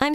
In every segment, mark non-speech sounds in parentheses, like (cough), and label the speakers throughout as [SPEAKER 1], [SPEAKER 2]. [SPEAKER 1] I'm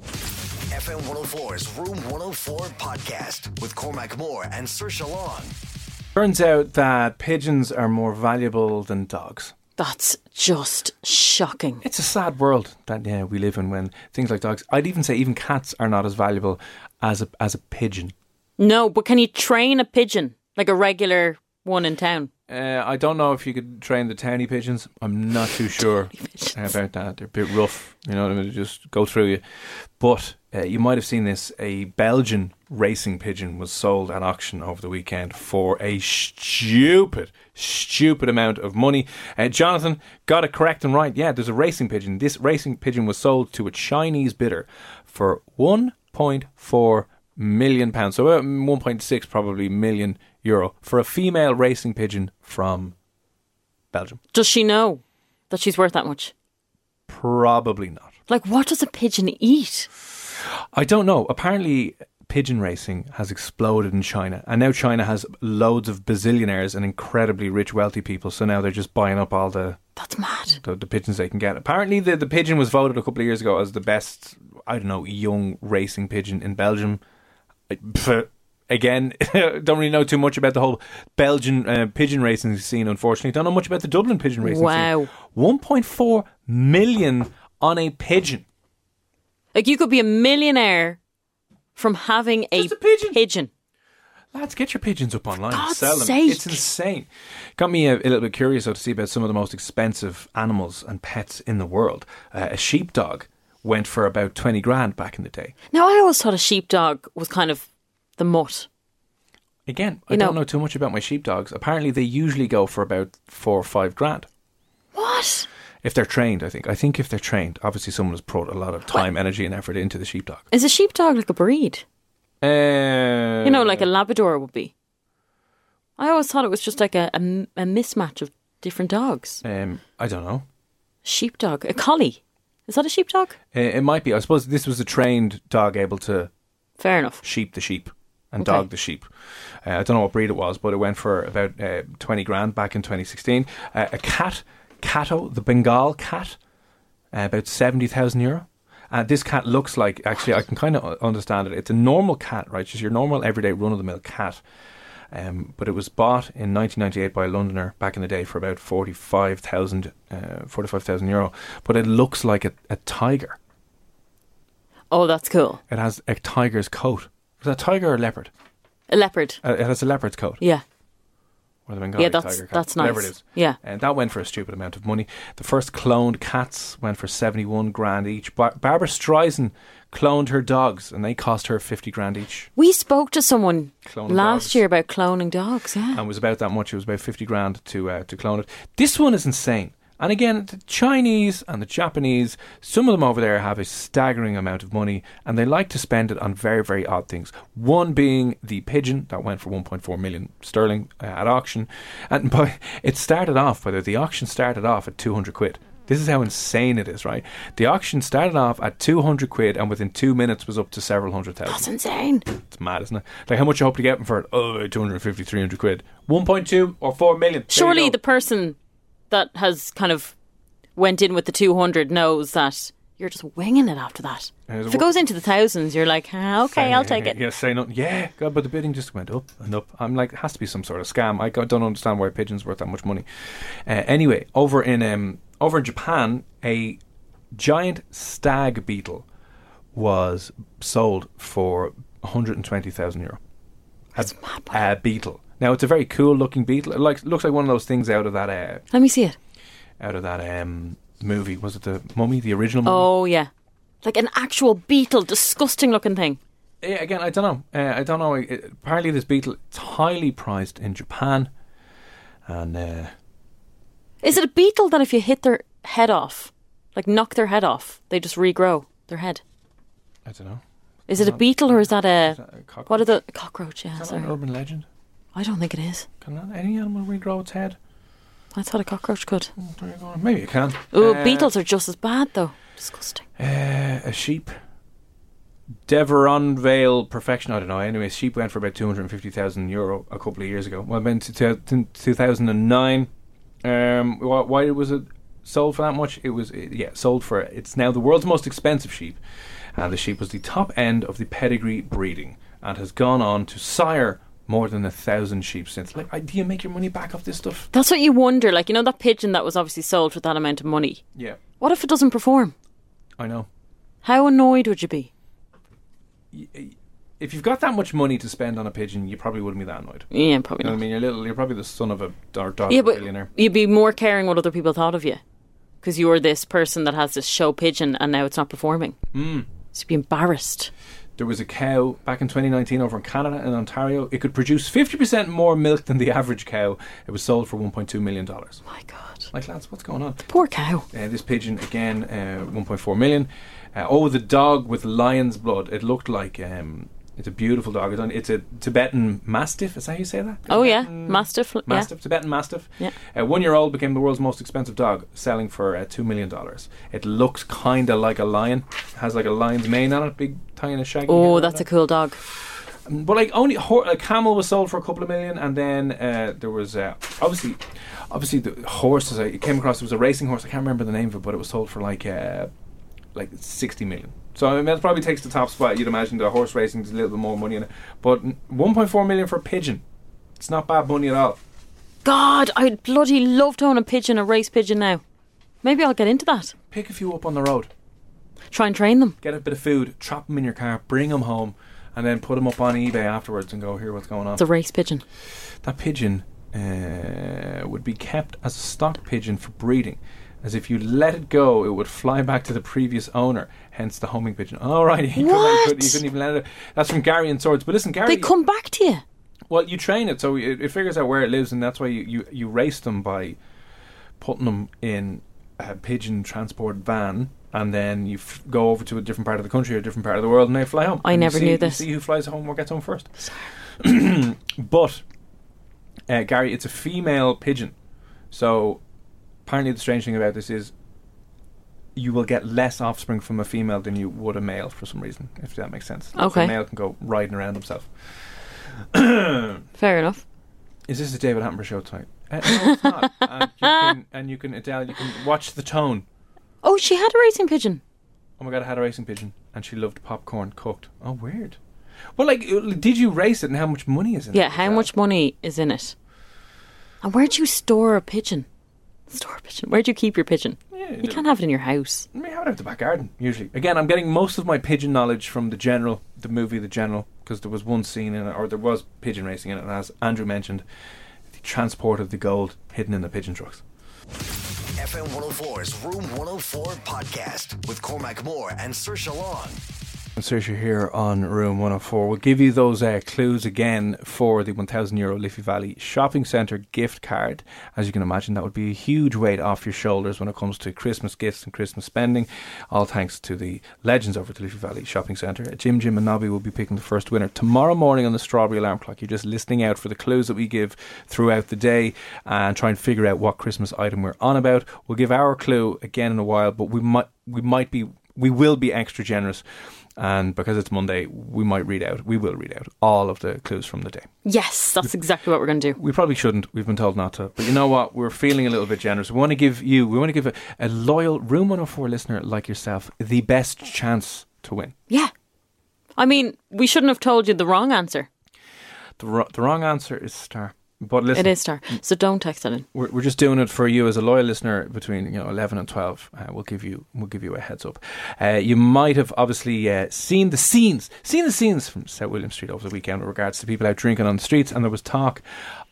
[SPEAKER 2] FM 104's Room 104 podcast with Cormac Moore and Sir Long.
[SPEAKER 3] Turns out that pigeons are more valuable than dogs.
[SPEAKER 4] That's just shocking.
[SPEAKER 3] It's a sad world that yeah, we live in when things like dogs. I'd even say even cats are not as valuable as a as a pigeon.
[SPEAKER 4] No, but can you train a pigeon like a regular one in town?
[SPEAKER 3] Uh, I don't know if you could train the tiny pigeons. I'm not too sure about that. They're a bit rough, you know. what I mean? They just go through you. But uh, you might have seen this. A Belgian racing pigeon was sold at auction over the weekend for a stupid, stupid amount of money. Uh, Jonathan got it correct and right. Yeah, there's a racing pigeon. This racing pigeon was sold to a Chinese bidder for 1.4 million pounds, so uh, about 1.6 probably million euro for a female racing pigeon from Belgium.
[SPEAKER 4] Does she know that she's worth that much?
[SPEAKER 3] Probably not.
[SPEAKER 4] Like, what does a pigeon eat?
[SPEAKER 3] I don't know. Apparently, pigeon racing has exploded in China, and now China has loads of bazillionaires and incredibly rich, wealthy people. So now they're just buying up all the
[SPEAKER 4] That's mad.
[SPEAKER 3] the, the pigeons they can get. Apparently, the, the pigeon was voted a couple of years ago as the best, I don't know, young racing pigeon in Belgium. I- pff, Again, (laughs) don't really know too much about the whole Belgian uh, pigeon racing scene, unfortunately. Don't know much about the Dublin pigeon racing
[SPEAKER 4] Wow.
[SPEAKER 3] scene. 1.4 million on a pigeon.
[SPEAKER 4] Like, you could be a millionaire from having a,
[SPEAKER 3] Just a pigeon.
[SPEAKER 4] pigeon.
[SPEAKER 3] Lads, get your pigeons up online.
[SPEAKER 4] God's
[SPEAKER 3] Sell them.
[SPEAKER 4] sake.
[SPEAKER 3] It's insane. Got me a, a little bit curious though, to see about some of the most expensive animals and pets in the world. Uh, a sheepdog went for about 20 grand back in the day.
[SPEAKER 4] Now, I always thought a sheepdog was kind of the mutt.
[SPEAKER 3] Again, I
[SPEAKER 4] You
[SPEAKER 3] don't
[SPEAKER 4] know-
[SPEAKER 3] know too much about my sheepdogs. Apparently, they usually go for about four or five grand.
[SPEAKER 4] What?
[SPEAKER 3] If they're trained, I think. I think if they're trained, obviously someone has put a lot of time, energy, and effort into the sheepdog.
[SPEAKER 4] Is a sheepdog like a breed?
[SPEAKER 3] Uh,
[SPEAKER 4] You know, like a Labrador would be. I always thought it was just like a, a, a mismatch of different dogs.
[SPEAKER 3] Um, I don't know.
[SPEAKER 4] Sheepdog, a collie. Is that a sheepdog?
[SPEAKER 3] Uh, it might be. I suppose this was a trained dog able to
[SPEAKER 4] Fair enough.
[SPEAKER 3] sheep the sheep and
[SPEAKER 4] Okay.
[SPEAKER 3] dog the sheep. Uh, I don't know what breed it was, but it went for about uh, 20 grand back in 2016. Uh, a cat, Cato, the Bengal cat, uh, about 70,000 euro. Uh, this cat looks like, actually, I can kind of understand it. It's a normal cat, right? Just your normal, everyday, run of the mill cat. Um, but it was bought in 1998 by a Londoner back in the day for about 45,000 uh, 45,000 euro. But it looks like a, a tiger.
[SPEAKER 4] Oh, that's cool.
[SPEAKER 3] It has a tiger's coat. Was that tiger or leopard?
[SPEAKER 4] A leopard.
[SPEAKER 3] Uh, it has a leopard's coat.
[SPEAKER 4] Yeah.
[SPEAKER 3] Or the Bengali
[SPEAKER 4] Yeah, that's-
[SPEAKER 3] tiger cat.
[SPEAKER 4] that's
[SPEAKER 3] Whatever
[SPEAKER 4] nice.
[SPEAKER 3] it is.
[SPEAKER 4] Yeah.
[SPEAKER 3] And that went for a stupid amount of money. The first cloned cats went for 71 grand each. Bar- Barbara Streisand cloned her dogs and they cost her 50 grand each.
[SPEAKER 4] We spoke to someone
[SPEAKER 3] Cloning
[SPEAKER 4] last
[SPEAKER 3] dogs.
[SPEAKER 4] year about cloning dogs. Yeah.
[SPEAKER 3] And it was about that much. It was about 50 grand to, uh, to clone it. This one is insane. And again, the Chinese and the Japanese, some of them over there have a staggering amount of money and they like to spend it on very, very odd things. One being the pigeon that went for 1.4 million sterling uh, at auction. And (laughs) by, it started off, whether the auction started off at 200 quid. This is how insane it is, right? The auction started off at 200 quid and within two minutes was up to several hundred thousand.
[SPEAKER 4] That's insane.
[SPEAKER 3] It's mad, isn't it? Like, how much you hope to get them for it? Oh, 250, 300 quid. 1.2 or 4 million. There you
[SPEAKER 4] Surely
[SPEAKER 3] go.
[SPEAKER 4] the person that has kind of went in with the 200 knows that you're just winging it after that.
[SPEAKER 3] And it's
[SPEAKER 4] If it
[SPEAKER 3] wo-
[SPEAKER 4] goes into the thousands, you're like, ah, okay, I'll take it.
[SPEAKER 3] Yeah, say nothing. Yeah, God, but the bidding just went up and up. I'm like, it has to be some sort of scam. I go- don't understand why a pigeon's worth that much money. Uh, anyway, over in um, over in Japan, a giant stag beetle was sold for 120,000 euro.
[SPEAKER 4] That's
[SPEAKER 3] a,
[SPEAKER 4] mad, boy.
[SPEAKER 3] a beetle. Now it's a very cool looking beetle. It like, looks like one of those things out of that uh,
[SPEAKER 4] Let me see it.
[SPEAKER 3] out of that um, movie. Was it the Mummy, the original? Mummy?
[SPEAKER 4] Oh yeah, like an actual beetle, disgusting looking thing.
[SPEAKER 3] Yeah, Eh, again, I don't know. Uh, I don't know. It, apparently, this beetle it's highly prized in Japan, and uh,
[SPEAKER 4] Is it a beetle that if you hit their head off, like knock their head off, they just regrow their head?
[SPEAKER 3] I don't know.
[SPEAKER 4] Is it a beetle or is that a,
[SPEAKER 3] that a cockroach?
[SPEAKER 4] what are the cockroach? Yeah,
[SPEAKER 3] Is that
[SPEAKER 4] sorry,
[SPEAKER 3] an urban legend?
[SPEAKER 4] I don't think it is.
[SPEAKER 3] Can that, any animal regrow its head?
[SPEAKER 4] I thought a cockroach could.
[SPEAKER 3] There you go. Maybe it can.
[SPEAKER 4] Oh,
[SPEAKER 3] Uh,
[SPEAKER 4] beetles are just as bad though. Disgusting.
[SPEAKER 3] Uh, a sheep. Deveron Vale Perfection. I don't know. Anyway, sheep went for about two hundred and fifty thousand euro a couple of years ago. Well, in two thousand and nine. Um, why, why was it sold for that much? It was it, yeah, sold for. It's now the world's most expensive sheep, and the sheep was the top end of the pedigree breeding, and has gone on to sire more than a thousand sheep since. Like, I- do you make your money back off this stuff?
[SPEAKER 4] That's what you wonder. Like you know that pigeon that was obviously sold for that amount of money.
[SPEAKER 3] Yeah,
[SPEAKER 4] What if it doesn't perform?
[SPEAKER 3] I know.
[SPEAKER 4] How annoyed would you be?
[SPEAKER 3] If you've got that much money to spend on a pigeon, you probably wouldn't be that annoyed.
[SPEAKER 4] Yeah, probably
[SPEAKER 3] You know what
[SPEAKER 4] not.
[SPEAKER 3] I mean? You're little. You're probably the son of a or daughter
[SPEAKER 4] yeah,
[SPEAKER 3] of a
[SPEAKER 4] but
[SPEAKER 3] billionaire.
[SPEAKER 4] you'd be more caring what other people thought of you because you were this person that has this show pigeon and now it's not performing. Mm.
[SPEAKER 3] Hmm.
[SPEAKER 4] So you'd be embarrassed.
[SPEAKER 3] There was a cow back in 2019 over in Canada in Ontario. It could produce 50% more milk than the average cow. It was sold for 1.2 million dollars.
[SPEAKER 4] My God,
[SPEAKER 3] Like lads, what's going on?
[SPEAKER 4] poor cow.
[SPEAKER 3] Uh, this pigeon again, uh, 1.4 million. Uh, oh, the dog with lion's blood. It looked like um, it's a beautiful dog. It's on- It's a Tibetan mastiff. Is that how you say that?
[SPEAKER 4] Oh yeah, mastiff. l-
[SPEAKER 3] Mm. Mastiff, Tibetan Mastiff.
[SPEAKER 4] Yeah.
[SPEAKER 3] A one year old became the world's most expensive dog, selling for uh, $2 million. It looks kind of like a lion. has like a lion's mane on it, big, tiny, and shaggy.
[SPEAKER 4] Yeah.
[SPEAKER 3] head
[SPEAKER 4] Oh,
[SPEAKER 3] around
[SPEAKER 4] that's a
[SPEAKER 3] it.
[SPEAKER 4] cool dog.
[SPEAKER 3] But like only hor- a camel was sold for a couple of million, and then uh, there was uh, obviously, obviously the horses I came across. It was a racing horse. I can't remember the name of it, but it was sold for like uh, like sixty million. So I mean, that probably takes the top spot. You'd imagine the horse racing is a little bit more money in it, but one point four million for a pigeon. It's not bad money at all.
[SPEAKER 4] God, I'd bloody love to own a pigeon, a race pigeon now. Maybe I'll get into that.
[SPEAKER 3] Pick a few up on the road,
[SPEAKER 4] Try and train them.
[SPEAKER 3] get a bit of food, trap them in your car, bring them home, and then put them up on eBay afterwards and go, here, what's going on?
[SPEAKER 4] It's a race pigeon.
[SPEAKER 3] That pigeon uh, would be kept as a stock pigeon for breeding, as if you let it go, it would fly back to the previous owner. Hence the homing pigeon. All right, (laughs) you,
[SPEAKER 4] What?
[SPEAKER 3] Couldn't, you couldn't even let it. That's from Gary and Swords. But listen, Gary,
[SPEAKER 4] They come back to you.
[SPEAKER 3] well, you train it, so it, it figures out where it lives, and that's why you, you, you race them by putting them in a pigeon transport van, and then you f- go over to a different part of the country or a different part of the world, and they fly home.
[SPEAKER 4] I
[SPEAKER 3] And you
[SPEAKER 4] never
[SPEAKER 3] see-
[SPEAKER 4] knew
[SPEAKER 3] you
[SPEAKER 4] this.
[SPEAKER 3] see who flies home or gets home first. (clears throat) but uh, Gary, it's a female pigeon, so apparently the strange thing about this is. You will get less offspring from a female than you would a male for some reason, if that makes sense. So
[SPEAKER 4] Okay.
[SPEAKER 3] a male can go riding around himself.
[SPEAKER 4] Fair enough.
[SPEAKER 3] Is this the David Attenborough show tonight? (laughs) Uh, no, it's not. and, you can, and you can, Adele, you can watch the tone.
[SPEAKER 4] Oh, she had a racing pigeon.
[SPEAKER 3] Oh my God, I had a racing pigeon, and she loved popcorn cooked. Oh, weird. Well, like, uh, did you race it, and how much money is in it?
[SPEAKER 4] Yeah, how
[SPEAKER 3] Adele?
[SPEAKER 4] much money is in it? And where do you store a pigeon? Store a pigeon. Where do you keep your pigeon? you can't have it in your house.
[SPEAKER 3] I mean, I would have the back garden usually. Again, I'm getting most of my pigeon knowledge from the General, the movie, the General, because there was one scene in it, or there was pigeon racing in it, and as Andrew mentioned, the transport of the gold hidden in the pigeon trucks.
[SPEAKER 2] FM 104's Room 104 podcast with Cormac Moore and Sir Long.
[SPEAKER 3] Search here on Room 104. We'll give you those uh, clues again for the 1,000 euro Liffey Valley Shopping Centre gift card. As you can imagine, that would be a huge weight off your shoulders when it comes to Christmas gifts and Christmas spending. All thanks to the legends over at the Liffey Valley Shopping Centre. Jim, Jim, and Nobby will be picking the first winner tomorrow morning on the Strawberry Alarm Clock. You're just listening out for the clues that we give throughout the day and try and figure out what Christmas item we're on about. We'll give our clue again in a while, but we might we might be we will be extra generous. And because it's Monday, we might read out, we will read out all of the clues from the day.
[SPEAKER 4] Yes, that's exactly what we're going to do.
[SPEAKER 3] We probably shouldn't, we've been told not to. But you know what? We're feeling a little bit generous. We want to give you, we want to give a, a loyal Room 104 listener like yourself the best chance to win.
[SPEAKER 4] Yeah. I mean, we shouldn't have told you the wrong answer.
[SPEAKER 3] The, wro- the wrong answer is star. But listen,
[SPEAKER 4] It is star. So don't text that in.
[SPEAKER 3] we're, we're just doing it for you as a loyal listener between you know 11 and 12 uh, we'll give you we'll give you a heads up uh, you might have obviously uh, seen the scenes seen the scenes from South William Street over the weekend with regards to people out drinking on the streets and there was talk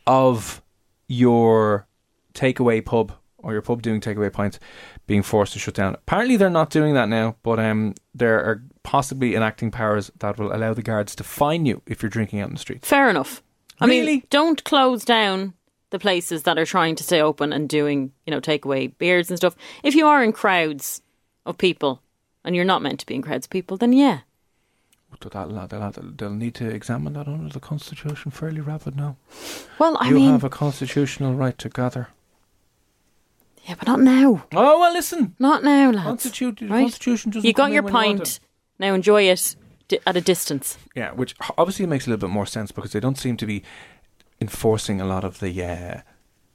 [SPEAKER 3] of your takeaway pub or your pub doing takeaway pints being forced to shut down apparently they're not doing that now but um, there are possibly enacting powers that will allow the guards to fine you if you're drinking out in the streets
[SPEAKER 4] Fair enough. I mean,
[SPEAKER 3] Really?
[SPEAKER 4] don't close down the places that are trying to stay open and doing, you know, takeaway beers and stuff. If you are in crowds of people and you're not meant to be in crowds of people, then yeah.
[SPEAKER 3] They'll, they'll, they'll need to examine that under the constitution fairly rapid now
[SPEAKER 4] Well, I
[SPEAKER 3] you
[SPEAKER 4] mean,
[SPEAKER 3] have a constitutional right to gather.
[SPEAKER 4] yeah, but not now.
[SPEAKER 3] Oh well, listen.
[SPEAKER 4] Not now, lads.
[SPEAKER 3] Constitu- the
[SPEAKER 4] Right?
[SPEAKER 3] Constitution doesn't
[SPEAKER 4] You got
[SPEAKER 3] come in
[SPEAKER 4] your
[SPEAKER 3] when you want
[SPEAKER 4] pint.
[SPEAKER 3] it.
[SPEAKER 4] now enjoy it di- at a distance.
[SPEAKER 3] Yeah, which h- obviously makes a little bit more sense because they don't seem to be enforcing a lot of the uh,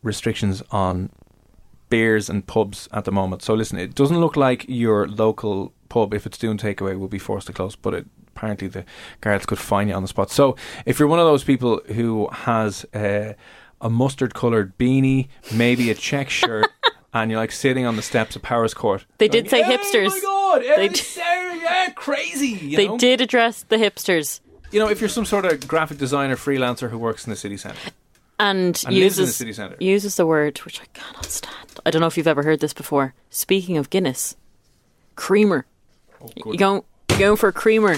[SPEAKER 3] restrictions on beers and pubs at the moment. So listen, it doesn't look like your local pub, if it's doing takeaway, will be forced to close. But it, apparently, the guards could fine you on the spot. So if you're one of those people who has uh, a mustard-coloured beanie, maybe a check
[SPEAKER 4] (laughs)
[SPEAKER 3] shirt. And you're like sitting on the steps of Paris Court.
[SPEAKER 4] They did
[SPEAKER 3] going,
[SPEAKER 4] say
[SPEAKER 3] "Hey, oh
[SPEAKER 4] hipsters."
[SPEAKER 3] my God,
[SPEAKER 4] They
[SPEAKER 3] everything's
[SPEAKER 4] d-
[SPEAKER 3] so, yeah, crazy. you
[SPEAKER 4] They
[SPEAKER 3] know?
[SPEAKER 4] did address the hipsters
[SPEAKER 3] You know, if you're some sort of graphic designer freelancer who works in the city centre,
[SPEAKER 4] and,
[SPEAKER 3] And lives
[SPEAKER 4] uses
[SPEAKER 3] in the city centre.
[SPEAKER 4] uses the word which I cannot stand. I don't know if you've ever heard this before. Speaking of Guinness, creamer. you
[SPEAKER 3] Oh, good.
[SPEAKER 4] going you going for a creamer?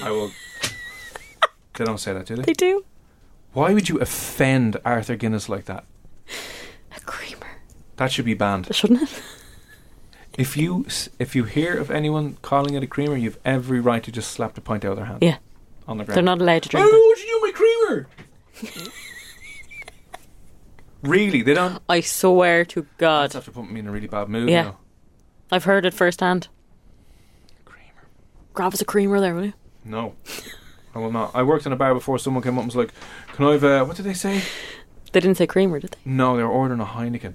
[SPEAKER 3] I
[SPEAKER 4] (laughs)
[SPEAKER 3] will. they don't say that, do they?
[SPEAKER 4] They do
[SPEAKER 3] Why would you offend Arthur Guinness like that?
[SPEAKER 4] a creamer,
[SPEAKER 3] That should be banned.
[SPEAKER 4] shouldn't it?
[SPEAKER 3] If you s- if you hear of anyone calling it a creamer, you've every right to just slap the pint out of their hand
[SPEAKER 4] Yeah,
[SPEAKER 3] on the ground.
[SPEAKER 4] they're not allowed to
[SPEAKER 3] Why
[SPEAKER 4] drink. That.
[SPEAKER 3] would you do my creamer?
[SPEAKER 4] (laughs)
[SPEAKER 3] really, they don't.
[SPEAKER 4] I swear to
[SPEAKER 3] That's
[SPEAKER 4] God,
[SPEAKER 3] after putting me in a really bad mood.
[SPEAKER 4] Yeah.
[SPEAKER 3] Now.
[SPEAKER 4] I've heard it firsthand.
[SPEAKER 3] Creamer.
[SPEAKER 4] Grab us a creamer there, will you?
[SPEAKER 3] No, I will not. I worked in a bar before. Someone came up and was like, "Can I have a, what did they say?
[SPEAKER 4] They didn't say creamer, did they?
[SPEAKER 3] No, they were ordering a Heineken.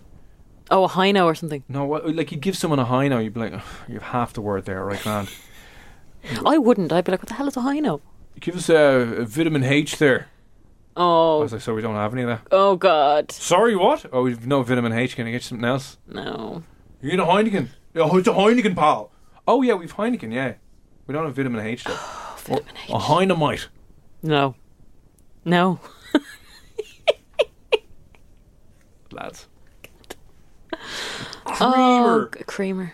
[SPEAKER 4] Oh, a Hino or something.
[SPEAKER 3] No, what, like you'd give someone a high now, you'd be like, "Ugh, you have half the word there, right, man?
[SPEAKER 4] I wouldn't. I'd be like, what the hell is a Hino?
[SPEAKER 3] give us a, a vitamin H there. I
[SPEAKER 4] Oh,
[SPEAKER 3] was like, so we don't have any of that.
[SPEAKER 4] oh God,
[SPEAKER 3] Sorry, what? Oh, we've no vitamin H. Can I get you something else?
[SPEAKER 4] no.
[SPEAKER 3] You need a Heineken. Oh, it's a Heineken, pal. Oh yeah, we've Heineken. Yeah, we don't have vitamin H
[SPEAKER 4] (sighs)
[SPEAKER 3] though.
[SPEAKER 4] Vitamin H.
[SPEAKER 3] A Heinemite.
[SPEAKER 4] No. No.
[SPEAKER 3] lads.
[SPEAKER 4] Oh,
[SPEAKER 3] Creamer,
[SPEAKER 4] g- creamer.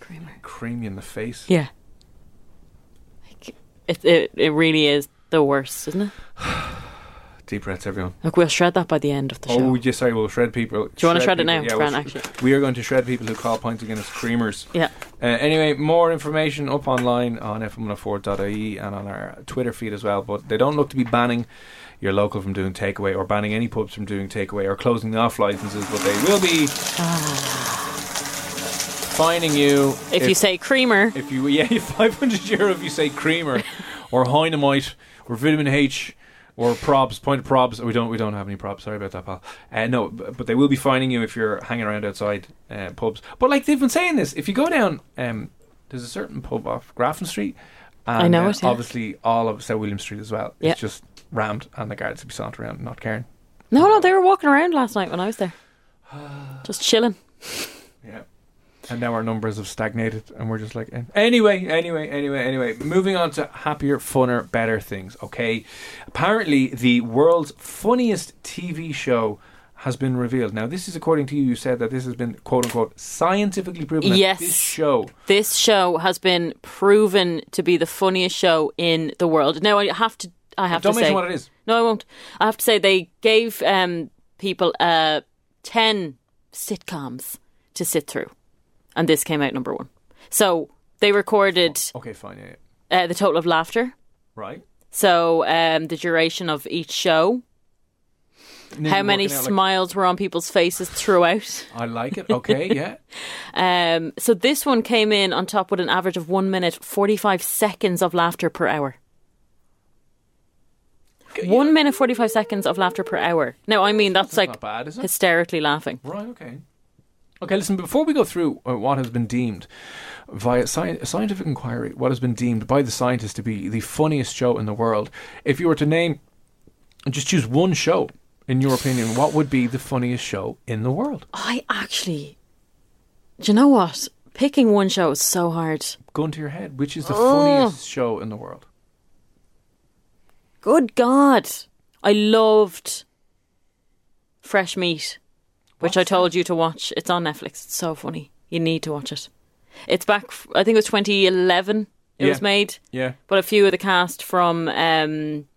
[SPEAKER 4] Creamer.
[SPEAKER 3] cream you in the face.
[SPEAKER 4] Yeah. Like, it, it, it really is the worst, isn't it?
[SPEAKER 3] Deep breaths, everyone.
[SPEAKER 4] Look, we'll shred that by the end of the show.
[SPEAKER 3] Oh, yes, sorry, we'll shred people. Do
[SPEAKER 4] you wanna shred it now,
[SPEAKER 3] Yeah,
[SPEAKER 4] Fran,
[SPEAKER 3] we'll
[SPEAKER 4] actually?
[SPEAKER 3] we are going to shred people who call pints against creamers.
[SPEAKER 4] Yeah.
[SPEAKER 3] Uh, anyway, more information up online on fm104.ie E and on our Twitter feed as well. But they don't look to be banning your local from doing takeaway or banning any pubs from doing takeaway or closing the off licenses, but they will be fining you
[SPEAKER 4] Ah. If, you say creamer,
[SPEAKER 3] if you yeah (laughs) 500 euro if you say creamer or Heinemite or vitamin H or probs point of probs we don't we don't have any probs sorry about that pal uh, no b- but they will be fining you if you're hanging around outside uh, pubs but like they've been saying this if you go down um, there's a certain pub off Grafton Street and
[SPEAKER 4] I know
[SPEAKER 3] uh,
[SPEAKER 4] it, yeah.
[SPEAKER 3] obviously all of South William Street as well
[SPEAKER 4] Yeah.
[SPEAKER 3] it's just rammed and the guards will be sauntering around not caring
[SPEAKER 4] no, no, they were walking around last night when I
[SPEAKER 3] (sighs)
[SPEAKER 4] was there, just chilling.
[SPEAKER 3] Yeah. And now our numbers have stagnated, and we're just like, "Eh." anyway, anyway, anyway, anyway. Moving on to happier, funner, better things, okay? Apparently, the world's funniest TV show has been revealed. Now, this is according to you. You said that this has been, quote unquote, scientifically proven. that
[SPEAKER 4] Yes.
[SPEAKER 3] This show.
[SPEAKER 4] This show has been proven to be the funniest show in the world. Now I have to, I have
[SPEAKER 3] Don't
[SPEAKER 4] to say,
[SPEAKER 3] mention what it is.
[SPEAKER 4] No, I won't. I have to say they gave um, people uh, ten sitcoms to sit through, and this came out number one. So they recorded
[SPEAKER 3] Okay, fine, yeah, yeah.
[SPEAKER 4] uh, the total of laughter.
[SPEAKER 3] Right?
[SPEAKER 4] So um, the duration of each show,
[SPEAKER 3] And then
[SPEAKER 4] how
[SPEAKER 3] you're
[SPEAKER 4] many
[SPEAKER 3] working out, like,
[SPEAKER 4] smiles were on people's faces throughout.
[SPEAKER 3] I like it. Okay, yeah.
[SPEAKER 4] Um, so this one came in on top with an average of one minute forty-five seconds of laughter per hour. One minute forty-five seconds of laughter per hour. Now, I mean that's,
[SPEAKER 3] That's
[SPEAKER 4] like
[SPEAKER 3] not bad, is it?
[SPEAKER 4] hysterically laughing.
[SPEAKER 3] Right, okay. Okay, listen, before we go through uh, what has been deemed via sci- scientific inquiry, what has been deemed by the scientists to be the funniest show in the world, if you were to name, just choose one show in your opinion, what would be the funniest show in the world?
[SPEAKER 4] I actually, do you know what? Picking one show is so hard.
[SPEAKER 3] Gun to your head, which is the
[SPEAKER 4] Oh.
[SPEAKER 3] funniest show in the world?
[SPEAKER 4] Good God, I loved Fresh Meat, which I told you to watch. It's on Netflix. It's so funny. You need to watch it. It's back. f- I think it was 2011. It
[SPEAKER 3] Yeah.
[SPEAKER 4] was made,
[SPEAKER 3] Yeah.
[SPEAKER 4] but a few of the cast from um,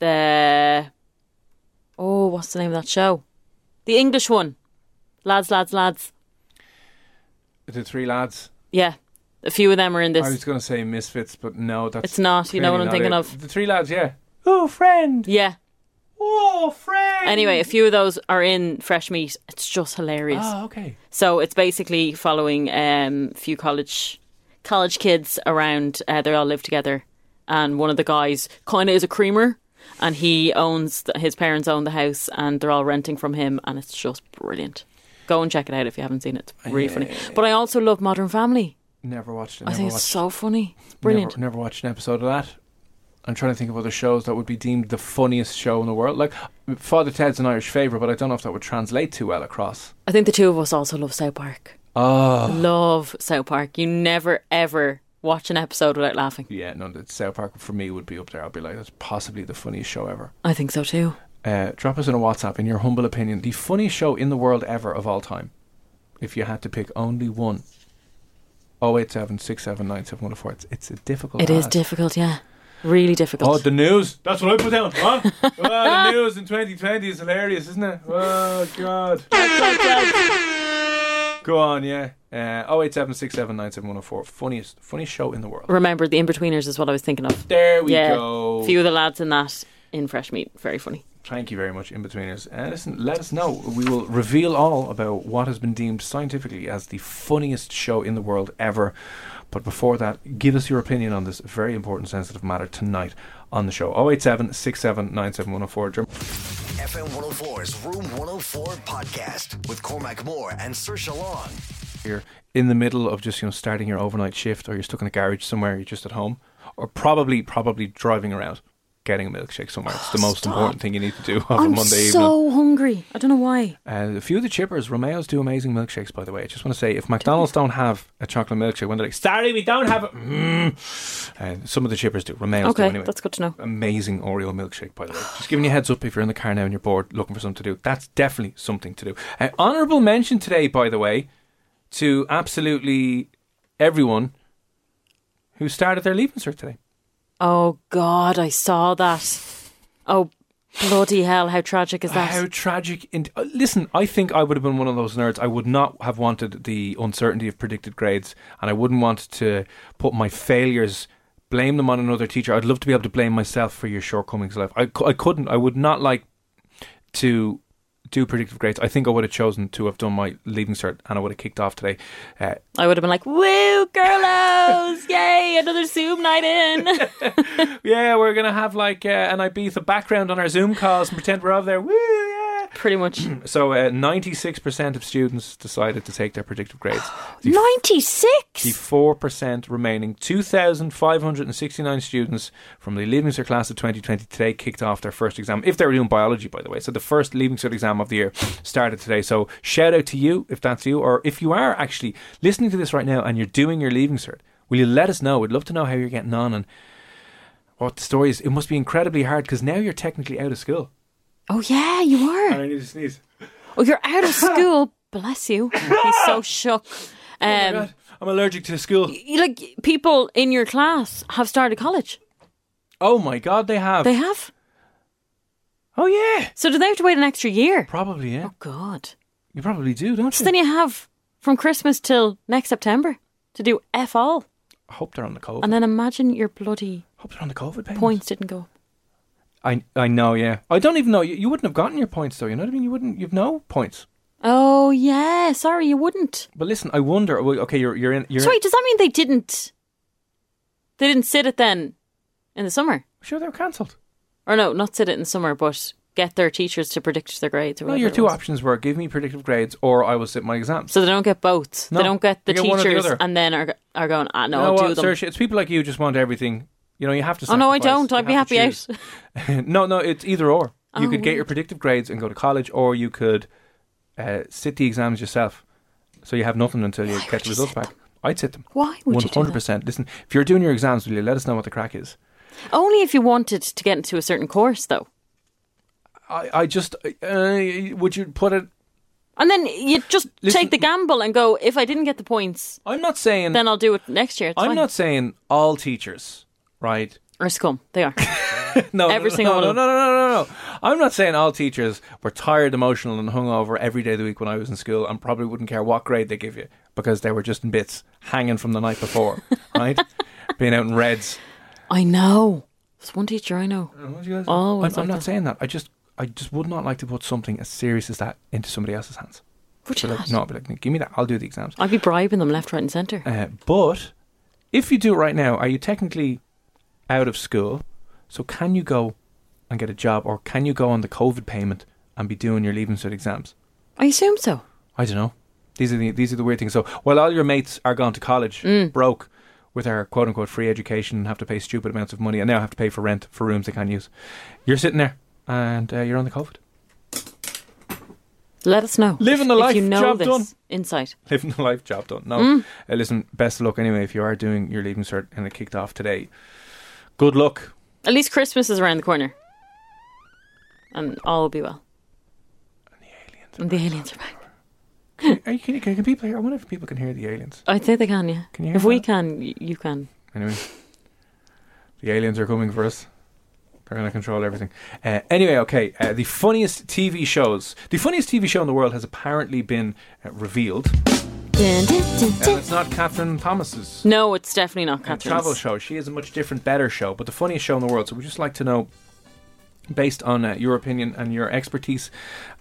[SPEAKER 4] the oh, what's the name of that show? The English one, lads, lads, lads.
[SPEAKER 3] The three lads.
[SPEAKER 4] Yeah, a few of them are in
[SPEAKER 3] I
[SPEAKER 4] this.
[SPEAKER 3] was going to say Misfits, but no, that's.
[SPEAKER 4] It's not, you know
[SPEAKER 3] clearly
[SPEAKER 4] what I'm
[SPEAKER 3] not
[SPEAKER 4] thinking
[SPEAKER 3] it. The three lads, yeah. Oh, friend.
[SPEAKER 4] Yeah.
[SPEAKER 3] Oh, friend.
[SPEAKER 4] Anyway, a few of those are in Fresh Meat. It's just hilarious.
[SPEAKER 3] Oh, okay.
[SPEAKER 4] So it's basically following um, a few college college kids around. Uh, they all live together, and one of the guys kind of is a creamer, and he owns th- his parents own the house, and they're all renting from him, and it's just brilliant. Go and check it out if you haven't seen it. It's really funny. But I also love Modern Family.
[SPEAKER 3] Never watched it.
[SPEAKER 4] I
[SPEAKER 3] Never
[SPEAKER 4] think it's
[SPEAKER 3] watched
[SPEAKER 4] so funny. It's brilliant.
[SPEAKER 3] Never, never watched an episode of that. I'm trying to think of other shows that would be deemed the funniest show in the world. Like Father Ted's an Irish favourite, but I don't know if that would translate too well across.
[SPEAKER 4] I think the two of us also love South Park.
[SPEAKER 3] Oh,
[SPEAKER 4] Love South Park. You never ever watch an episode without laughing.
[SPEAKER 3] yeah, no, that South Park for me would be up there. I'd be like, that's possibly the funniest show ever.
[SPEAKER 4] I think so too.
[SPEAKER 3] Uh, drop us in a WhatsApp, in your humble opinion, the funniest show in the world ever of all time. If you had to pick only one. 087 679 7104. It's, it's a difficult
[SPEAKER 4] It is
[SPEAKER 3] ask.
[SPEAKER 4] difficult, yeah. Really difficult.
[SPEAKER 3] Oh, the news. That's what I put down. Huh? oh, the news in 2020 is hilarious, isn't it? Oh, God. Go on, yeah. Uh, 0876797104. Funniest, funniest show in the world.
[SPEAKER 4] Remember the in betweeners is what I was thinking of.
[SPEAKER 3] There we
[SPEAKER 4] yeah,
[SPEAKER 3] go.
[SPEAKER 4] few of the lads in that in Fresh Meat, very funny.
[SPEAKER 3] Thank you very much, Inbetweeners. Uh, listen, let us know. We will reveal all about what has been deemed scientifically as the funniest show in the world ever. But before that, give us your opinion on this very important, sensitive matter tonight on the show. 087 6797104.
[SPEAKER 2] FM 104's Room 104 podcast with Cormac Moore and Sir Long.
[SPEAKER 3] you're in the middle of just you know starting your overnight shift or you're stuck in a garage somewhere you're just at home or probably probably driving around getting a milkshake somewhere it's the most important thing you need to do (laughs) on a
[SPEAKER 4] Oh, I'm
[SPEAKER 3] monday evening
[SPEAKER 4] so hungry. I don't know why.
[SPEAKER 3] uh, a few of the chippers romeo's do amazing milkshakes by the way i just want to say if mcdonald's don't have a chocolate milkshake when they're like sorry we don't have it mm. uh, some of the chippers do romeo's do
[SPEAKER 4] Okay,
[SPEAKER 3] anyway
[SPEAKER 4] that's good to know.
[SPEAKER 3] amazing Oreo milkshake, by the way. Just giving you a heads up if you're in the car now and you're bored looking for something to do. That's definitely something to do. Uh, honorable mention today, by the way, to absolutely everyone who started their leaving cert today.
[SPEAKER 4] Oh God, I saw that. Oh bloody hell! How tragic is that?
[SPEAKER 3] How tragic. In- uh, listen, I think I would have been one of those nerds. I would not have wanted the uncertainty of predicted grades, and I wouldn't want to put my failures, blame them on another teacher. I'd love to be able to blame myself for your shortcomings in life. I, cou- I couldn't. I would not like to do predictive grades. I think I would have chosen to have done my leaving cert, and I would have kicked off today. Uh,
[SPEAKER 4] I would have been like, "Woo,
[SPEAKER 3] (laughs)
[SPEAKER 4] girlos! Yay, another Zoom night in."
[SPEAKER 3] yeah, we're going to have like uh, an Ibiza background on our Zoom calls and pretend we're over there. Woo, yeah. (clears throat)
[SPEAKER 4] Pretty much.
[SPEAKER 3] So uh, 96% of students decided to take their predictive grades. The the
[SPEAKER 4] Ninety-six.
[SPEAKER 3] four percent remaining, two thousand five hundred and sixty-nine students from the Leaving Cert class of 2020 today kicked off their first exam. If they were doing biology, by the way, so the first Leaving Cert exam of the year started today. So shout out to you if that's you, or if you are actually listening to this right now and you're doing your Leaving Cert, will you let us know? We'd love to know how you're getting on and what the story is. It must be incredibly hard because now you're technically out of school.
[SPEAKER 4] Oh yeah, you were.
[SPEAKER 3] I need to sneeze.
[SPEAKER 4] Oh, you're out
[SPEAKER 3] (laughs)
[SPEAKER 4] of school. Bless you. He's so shook. Um,
[SPEAKER 3] Oh God, I'm allergic to school.
[SPEAKER 4] you- like people in your class have started college.
[SPEAKER 3] Oh my God, they have.
[SPEAKER 4] They have.
[SPEAKER 3] oh yeah,
[SPEAKER 4] So do they have to wait an extra year?
[SPEAKER 3] probably yeah.
[SPEAKER 4] Oh God!
[SPEAKER 3] You probably do, don't
[SPEAKER 4] So
[SPEAKER 3] you?
[SPEAKER 4] then you have from Christmas till next September to do f all,
[SPEAKER 3] I hope they're on the COVID.
[SPEAKER 4] and then imagine your bloody
[SPEAKER 3] hope they're on the COVID payments.
[SPEAKER 4] points didn't go.
[SPEAKER 3] I I know, yeah. I don't even know. You, you wouldn't have gotten your points though. You know what I mean? You wouldn't. You've no points.
[SPEAKER 4] Oh yeah, sorry you wouldn't.
[SPEAKER 3] But listen, I wonder. well, Okay, you're you're in. You're
[SPEAKER 4] So wait, does that mean they didn't? They didn't sit it then in the summer,
[SPEAKER 3] sure they were cancelled.
[SPEAKER 4] or no, not sit it in the summer, but get their teachers to predict their grades. Or
[SPEAKER 3] No,
[SPEAKER 4] whatever
[SPEAKER 3] your
[SPEAKER 4] it
[SPEAKER 3] two
[SPEAKER 4] was.
[SPEAKER 3] options were give me predictive grades or I will sit my exams.
[SPEAKER 4] So they don't get both.
[SPEAKER 3] No,
[SPEAKER 4] they don't get the
[SPEAKER 3] you get one or the
[SPEAKER 4] teachers,
[SPEAKER 3] other.
[SPEAKER 4] and then are are going. Ah, no,
[SPEAKER 3] You know
[SPEAKER 4] I'll
[SPEAKER 3] what,
[SPEAKER 4] do them.
[SPEAKER 3] Saoirse, it's people like you just want everything. You know, you have to.
[SPEAKER 4] oh no, I
[SPEAKER 3] sacrifice.
[SPEAKER 4] don't.
[SPEAKER 3] You
[SPEAKER 4] I'd be
[SPEAKER 3] have to (laughs)
[SPEAKER 4] happy out.
[SPEAKER 3] choose. no, no, it's either or. you
[SPEAKER 4] Oh,
[SPEAKER 3] could get
[SPEAKER 4] weird.
[SPEAKER 3] your predictive grades and go to college, or you could uh, sit the exams yourself. So you have nothing until you
[SPEAKER 4] Why
[SPEAKER 3] get
[SPEAKER 4] would
[SPEAKER 3] the
[SPEAKER 4] you
[SPEAKER 3] results
[SPEAKER 4] sit
[SPEAKER 3] back.
[SPEAKER 4] them?
[SPEAKER 3] I'd sit them.
[SPEAKER 4] Why would you do that?
[SPEAKER 3] 100%. Listen, if you're doing your exams, will you let us know what the crack is?
[SPEAKER 4] Only if you wanted to get into a certain course, though.
[SPEAKER 3] I, I just, uh, would you put it?
[SPEAKER 4] And then you just
[SPEAKER 3] Listen-
[SPEAKER 4] take the gamble and go, if I didn't get the points,
[SPEAKER 3] I'm not saying.
[SPEAKER 4] then I'll do it next year. It's
[SPEAKER 3] I'm
[SPEAKER 4] fine.
[SPEAKER 3] not saying all teachers, right?
[SPEAKER 4] Or scum. They are. (laughs)
[SPEAKER 3] No, no,
[SPEAKER 4] Every
[SPEAKER 3] no,
[SPEAKER 4] single
[SPEAKER 3] no,
[SPEAKER 4] one of
[SPEAKER 3] no, no, no, no, no. I'm not saying all teachers were tired, emotional, and hungover every day of the week when I was in school, and probably wouldn't care what grade they give you because they were just in bits, hanging from the night
[SPEAKER 4] (laughs)
[SPEAKER 3] before, right? Being out in reds.
[SPEAKER 4] I know. There's one teacher I know.
[SPEAKER 3] I'm,
[SPEAKER 4] Always
[SPEAKER 3] I'm
[SPEAKER 4] like
[SPEAKER 3] not
[SPEAKER 4] that.
[SPEAKER 3] saying that. I just, I just would not like to put something as serious as that into somebody else's hands.
[SPEAKER 4] Would
[SPEAKER 3] Be
[SPEAKER 4] you
[SPEAKER 3] like,
[SPEAKER 4] not?
[SPEAKER 3] no, I'd be like, "No, give me that. I'll do the exams.
[SPEAKER 4] I'd be bribing them left, right, and centre.
[SPEAKER 3] Uh, but if you do it right now, are you technically out of school? So can you go and get a job, or can you go on the COVID payment and be doing your leaving cert exams?
[SPEAKER 4] I assume so.
[SPEAKER 3] I don't know. These are the these are the weird things. So while all your mates are gone to college, broke with our quote unquote free education, and have to pay stupid amounts of money, and now have to pay for rent for rooms they can't use, you're sitting there and uh, you're on the COVID, (laughs)
[SPEAKER 4] Let us know.
[SPEAKER 3] Living the
[SPEAKER 4] if,
[SPEAKER 3] life,
[SPEAKER 4] If you know
[SPEAKER 3] job
[SPEAKER 4] this
[SPEAKER 3] done.
[SPEAKER 4] insight.
[SPEAKER 3] living the life job done. No, Uh, listen, best of luck anyway if you are doing your leaving cert and it kicked off today. Good luck.
[SPEAKER 4] At least Christmas is around the corner. And all will be well. And the aliens are back.
[SPEAKER 3] Are you, can, you- can people hear? I wonder if people can hear the aliens.
[SPEAKER 4] I'd say they can, yeah.
[SPEAKER 3] Can you hear
[SPEAKER 4] if we
[SPEAKER 3] that?
[SPEAKER 4] can, y- you can.
[SPEAKER 3] Anyway, the aliens are coming for us. They're going to control everything. Uh, anyway, okay. Uh, the funniest TV shows. The funniest TV show in the world has apparently been uh, revealed.
[SPEAKER 4] Dun, dun, dun,
[SPEAKER 3] And
[SPEAKER 4] dun.
[SPEAKER 3] it's not Catherine Thomas's
[SPEAKER 4] No, it's definitely not
[SPEAKER 3] uh, travel
[SPEAKER 4] Catherine's.
[SPEAKER 3] show. She is a much different, better show, but the funniest show in the world. So we'd just like to know, based on uh, your opinion and your expertise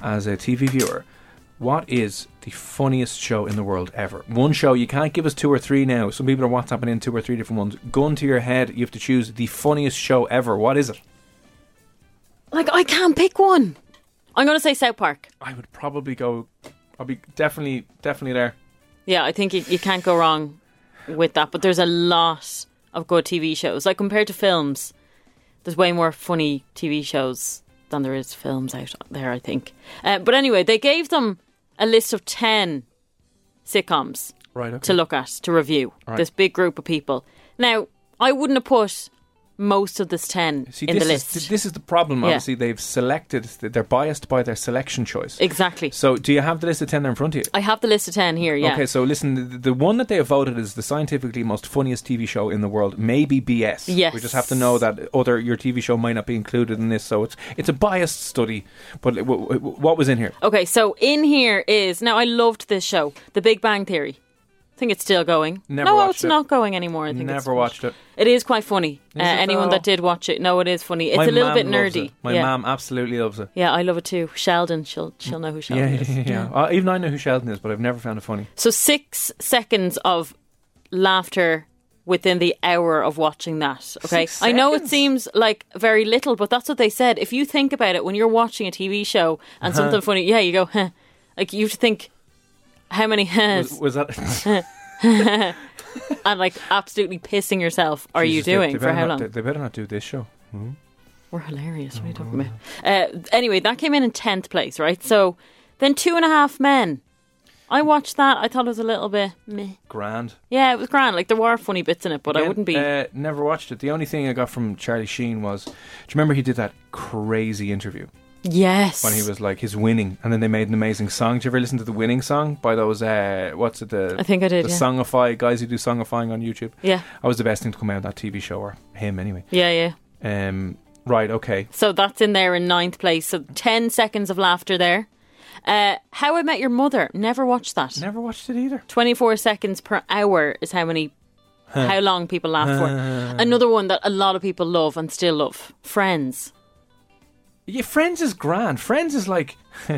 [SPEAKER 3] as a TV viewer, what is the funniest show in the world ever? One show, you can't give us two or three now. Some people are WhatsApping in two or three different ones. Gun to your head, you have to choose the funniest show ever. What is it?
[SPEAKER 4] Like, I can't pick one. I'm going to say South Park.
[SPEAKER 3] I would probably go. I'll be definitely, definitely there.
[SPEAKER 4] Yeah, I think you, you can't go wrong with that. But there's a lot of good TV shows. Like compared to films, there's way more funny TV shows than there is films out there. I think. Uh, but anyway, they gave them a list of ten sitcoms
[SPEAKER 3] Right.
[SPEAKER 4] to look at to review.
[SPEAKER 3] All right.
[SPEAKER 4] This big group of people. Now, I wouldn't have put most of this ten
[SPEAKER 3] See,
[SPEAKER 4] in
[SPEAKER 3] this
[SPEAKER 4] the list.
[SPEAKER 3] is this is the problem.
[SPEAKER 4] Yeah.
[SPEAKER 3] Obviously, they've selected. They're biased by their selection choice.
[SPEAKER 4] exactly.
[SPEAKER 3] So, do you have the list of ten there in front of you?
[SPEAKER 4] I have the list of ten here. Yeah.
[SPEAKER 3] Okay, so listen, the, the one that they have voted is the scientifically most funniest TV show in the world. Maybe BS.
[SPEAKER 4] Yes.
[SPEAKER 3] We just have to know that other your TV show might not be included in this, so it's it's a biased study. But w- w- w- what was in here?
[SPEAKER 4] Okay, so in here is now I loved this show, The Big Bang Theory. I think it's still going.
[SPEAKER 3] Never
[SPEAKER 4] no,
[SPEAKER 3] watched
[SPEAKER 4] it's
[SPEAKER 3] it.
[SPEAKER 4] not going anymore. I think it's
[SPEAKER 3] Never
[SPEAKER 4] finished.
[SPEAKER 3] watched it.
[SPEAKER 4] It is quite funny.
[SPEAKER 3] Is
[SPEAKER 4] uh,
[SPEAKER 3] it
[SPEAKER 4] anyone
[SPEAKER 3] though?
[SPEAKER 4] that did watch it, no, it is funny. It's
[SPEAKER 3] My
[SPEAKER 4] a little
[SPEAKER 3] mam
[SPEAKER 4] bit
[SPEAKER 3] loves
[SPEAKER 4] nerdy.
[SPEAKER 3] it. My
[SPEAKER 4] yeah.
[SPEAKER 3] mom absolutely loves it.
[SPEAKER 4] Yeah, I love it too. Sheldon, she'll she'll know
[SPEAKER 3] (laughs)
[SPEAKER 4] who
[SPEAKER 3] Yeah,
[SPEAKER 4] Sheldon
[SPEAKER 3] yeah,
[SPEAKER 4] is.
[SPEAKER 3] yeah. Uh, even I know who Sheldon is, but I've never found it funny.
[SPEAKER 4] So six seconds of laughter within the hour of watching that. Okay,
[SPEAKER 3] Six
[SPEAKER 4] I know it
[SPEAKER 3] seconds?
[SPEAKER 4] seems like very little, but that's what they said. If you think about it, when you're watching a TV show and
[SPEAKER 3] Uh-huh.
[SPEAKER 4] something funny, yeah, you go, huh. like you have to think how many hahs
[SPEAKER 3] Was, was
[SPEAKER 4] (laughs)
[SPEAKER 3] that?
[SPEAKER 4] and like absolutely pissing yourself are you
[SPEAKER 3] Jesus, they- they
[SPEAKER 4] doing for
[SPEAKER 3] better
[SPEAKER 4] how
[SPEAKER 3] not-
[SPEAKER 4] long?
[SPEAKER 3] They, they better not do this show.
[SPEAKER 4] We're hilarious. What are you talking about?
[SPEAKER 3] Oh,
[SPEAKER 4] Uh, anyway, that came in in tenth place, right? So then two and a half men. I watched that. I thought it was a little bit meh.
[SPEAKER 3] Grand.
[SPEAKER 4] Yeah, it was grand. Like there were funny bits in it, but I
[SPEAKER 3] Again,
[SPEAKER 4] wouldn't be.
[SPEAKER 3] Uh, never watched it. The only thing I got from Charlie Sheen was, do you remember he did that crazy interview?
[SPEAKER 4] yes.
[SPEAKER 3] when he was like his winning, and then they made an amazing song. Did you ever listen to the winning song by those? Uh, what's it? The
[SPEAKER 4] I think I did,
[SPEAKER 3] The
[SPEAKER 4] yeah.
[SPEAKER 3] songify guys who do songifying on YouTube.
[SPEAKER 4] Yeah.
[SPEAKER 3] I was the best thing to come out of that TV show, or him anyway.
[SPEAKER 4] Yeah, yeah.
[SPEAKER 3] Um, right, okay.
[SPEAKER 4] So that's in there in ninth place. So ten seconds of laughter there. Uh, How I Met Your Mother. Never watched that.
[SPEAKER 3] Never watched it either.
[SPEAKER 4] Twenty-four seconds per hour is how many. How long people laugh for. Another one that a lot of people love and still love. Friends.
[SPEAKER 3] Yeah, Friends is grand. Friends is like, (laughs)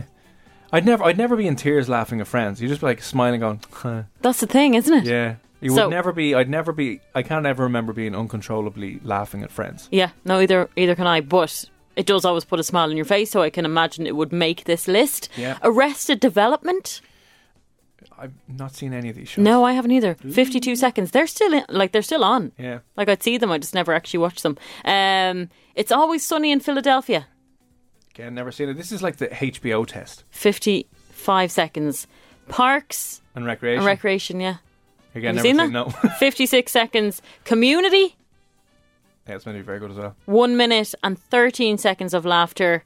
[SPEAKER 3] I'd never, I'd never be in tears laughing at Friends. You'd just be like smiling, going, huh.
[SPEAKER 4] That's the thing, isn't it?
[SPEAKER 3] yeah. You
[SPEAKER 4] So-
[SPEAKER 3] would never be. I'd never be. I can't ever remember being uncontrollably laughing at Friends.
[SPEAKER 4] Yeah, no, either either can I, but it does always put a smile on your face, so I can imagine it would make this list.
[SPEAKER 3] Yeah.
[SPEAKER 4] Arrested Development?
[SPEAKER 3] I've not seen any of these shows.
[SPEAKER 4] No, I haven't either. Fifty-two seconds. They're still in, like they're still on.
[SPEAKER 3] Yeah.
[SPEAKER 4] Like I'd see them, I just never actually watched them. Um, it's always sunny in Philadelphia.
[SPEAKER 3] Again, never seen it. This is like the HBO test
[SPEAKER 4] 55 seconds. Parks
[SPEAKER 3] and recreation.
[SPEAKER 4] and recreation, yeah.
[SPEAKER 3] Again,
[SPEAKER 4] Have
[SPEAKER 3] never
[SPEAKER 4] you
[SPEAKER 3] seen
[SPEAKER 4] seen that?
[SPEAKER 3] no.
[SPEAKER 4] (laughs)
[SPEAKER 3] (laughs)
[SPEAKER 4] 56 seconds. Community,
[SPEAKER 3] yeah, it's meant to be very good as well.
[SPEAKER 4] 1 minute and 13 seconds of laughter.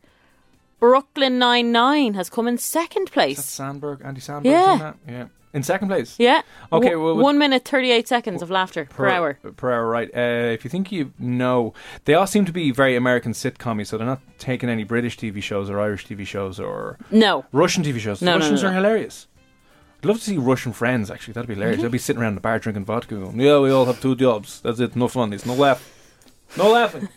[SPEAKER 4] Brooklyn Nine-Nine has come in second
[SPEAKER 3] Is that
[SPEAKER 4] place.
[SPEAKER 3] Sandberg, Andy Sandberg,
[SPEAKER 4] Yeah.
[SPEAKER 3] in that? yeah, in second place.
[SPEAKER 4] Yeah.
[SPEAKER 3] Okay,
[SPEAKER 4] Wo-
[SPEAKER 3] well, we-
[SPEAKER 4] 1 minute 38 seconds of laughter per, hour.
[SPEAKER 3] Per hour, right? Uh, if you think you know, they all seem to be very American sitcomy, so they're not taking any British TV shows or Irish TV shows or
[SPEAKER 4] No.
[SPEAKER 3] Russian TV shows.
[SPEAKER 4] No,
[SPEAKER 3] the
[SPEAKER 4] no,
[SPEAKER 3] Russians
[SPEAKER 4] no,
[SPEAKER 3] are
[SPEAKER 4] no.
[SPEAKER 3] hilarious. I'd love to see Russian friends. Actually, that'd be
[SPEAKER 4] Mm-hmm.
[SPEAKER 3] hilarious. They'd be sitting around the bar drinking vodka, going, "Yeah, we all have two jobs. That's it. No fun. It's no laugh. No
[SPEAKER 4] (laughs)
[SPEAKER 3] laughing."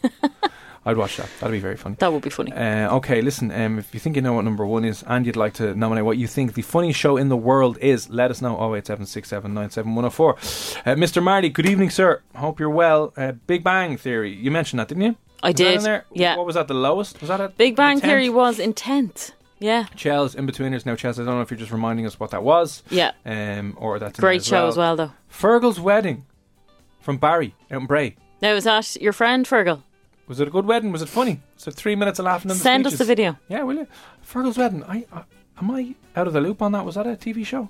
[SPEAKER 3] I'd watch that. That'd be very funny.
[SPEAKER 4] That would be funny.
[SPEAKER 3] Uh, okay, listen. Um, if you think you know what number one is, and you'd like to nominate what you think the funniest show in the world is, let us know. Oh eight seven six seven nine seven one zero four. Uh, Mr. Marty, good evening, sir. Hope you're well. Uh, Big Bang Theory. You mentioned that, didn't you?
[SPEAKER 4] I
[SPEAKER 3] Was that in
[SPEAKER 4] did,
[SPEAKER 3] there?
[SPEAKER 4] yeah.
[SPEAKER 3] What was that? The lowest? Was that it?
[SPEAKER 4] Big Bang
[SPEAKER 3] A tenth?
[SPEAKER 4] Theory was in 10th. Yeah.
[SPEAKER 3] Chels in betweeners now. Chels, I don't know if you're just reminding us what that was.
[SPEAKER 4] Yeah.
[SPEAKER 3] Um, or that's in there
[SPEAKER 4] Great show as well, though.
[SPEAKER 3] Fergal's wedding from Barry out in Bray.
[SPEAKER 4] Now, is that your friend, Fergal?
[SPEAKER 3] Was it a good wedding? Was it funny? So three minutes of laughing. And the
[SPEAKER 4] Send us
[SPEAKER 3] speeches.
[SPEAKER 4] the video.
[SPEAKER 3] Yeah, will you? Fergal's wedding. I, I am I out of the loop on that? Was that a TV show?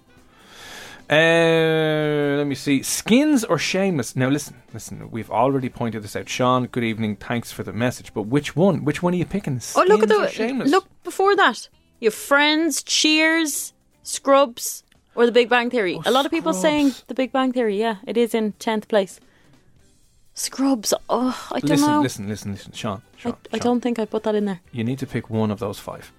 [SPEAKER 3] Uh, let me see. Skins or Shameless? Now listen, listen. We've already pointed this out. Sean, good evening. Thanks for the message. But which one? Which one are you picking?
[SPEAKER 4] Oh,
[SPEAKER 3] Skins
[SPEAKER 4] look at
[SPEAKER 3] or
[SPEAKER 4] the.
[SPEAKER 3] Shameless?
[SPEAKER 4] Look before that. You have Friends, Cheers, Scrubs, or The Big Bang Theory.
[SPEAKER 3] Oh,
[SPEAKER 4] a lot of people saying
[SPEAKER 3] Scrubs.
[SPEAKER 4] The Big Bang Theory. Yeah, it is in 10th place. Scrubs. Oh, I don't
[SPEAKER 3] Listen,
[SPEAKER 4] know.
[SPEAKER 3] listen, listen, listen, Sean.
[SPEAKER 4] I,
[SPEAKER 3] Sean,
[SPEAKER 4] I
[SPEAKER 3] Sean.
[SPEAKER 4] don't think I put that in there.
[SPEAKER 3] You need to pick one of those five.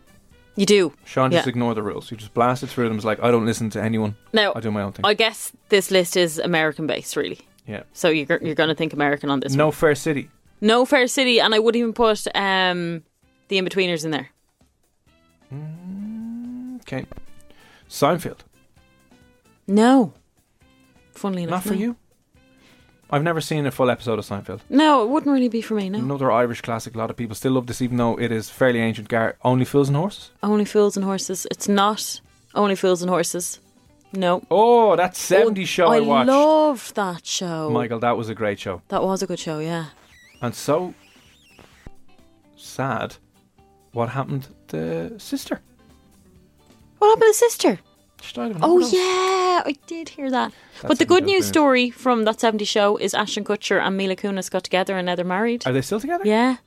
[SPEAKER 4] You do.
[SPEAKER 3] Sean just
[SPEAKER 4] Yeah.
[SPEAKER 3] ignore the rules. You just blasted through them. It's like I don't listen to anyone.
[SPEAKER 4] Now,
[SPEAKER 3] I do my own thing.
[SPEAKER 4] Oh. I guess this list is American based, really.
[SPEAKER 3] yeah.
[SPEAKER 4] So you're, you're going to think American on this
[SPEAKER 3] No
[SPEAKER 4] one.
[SPEAKER 3] fair city.
[SPEAKER 4] No Fair City, and I would even put um, The In Betweeners in there.
[SPEAKER 3] Okay. Seinfeld.
[SPEAKER 4] No. Funnily enough.
[SPEAKER 3] Not for
[SPEAKER 4] no.
[SPEAKER 3] you. I've never seen a full episode of Seinfeld.
[SPEAKER 4] No, it wouldn't really be for me, no.
[SPEAKER 3] Another Irish classic. A lot of people still love this, even though it is fairly ancient. Gar only fools and horses.
[SPEAKER 4] Only Fools and Horses. It's not Only Fools and Horses. No.
[SPEAKER 3] Oh, that seventy
[SPEAKER 4] Oh,
[SPEAKER 3] show I, watched.
[SPEAKER 4] loved that show.
[SPEAKER 3] Michael, that was a great show,
[SPEAKER 4] That was a good show, yeah.
[SPEAKER 3] and so sad. What happened to sister?
[SPEAKER 4] What happened to Sister?
[SPEAKER 3] She died of an
[SPEAKER 4] Oh,
[SPEAKER 3] overdose.
[SPEAKER 4] yeah, I did hear that.
[SPEAKER 3] That's
[SPEAKER 4] but the
[SPEAKER 3] a
[SPEAKER 4] good
[SPEAKER 3] good
[SPEAKER 4] news
[SPEAKER 3] thing.
[SPEAKER 4] story from that 70 show is Ashton Kutcher and Mila Kunis got together and now they're married.
[SPEAKER 3] Are they still together?
[SPEAKER 4] yeah.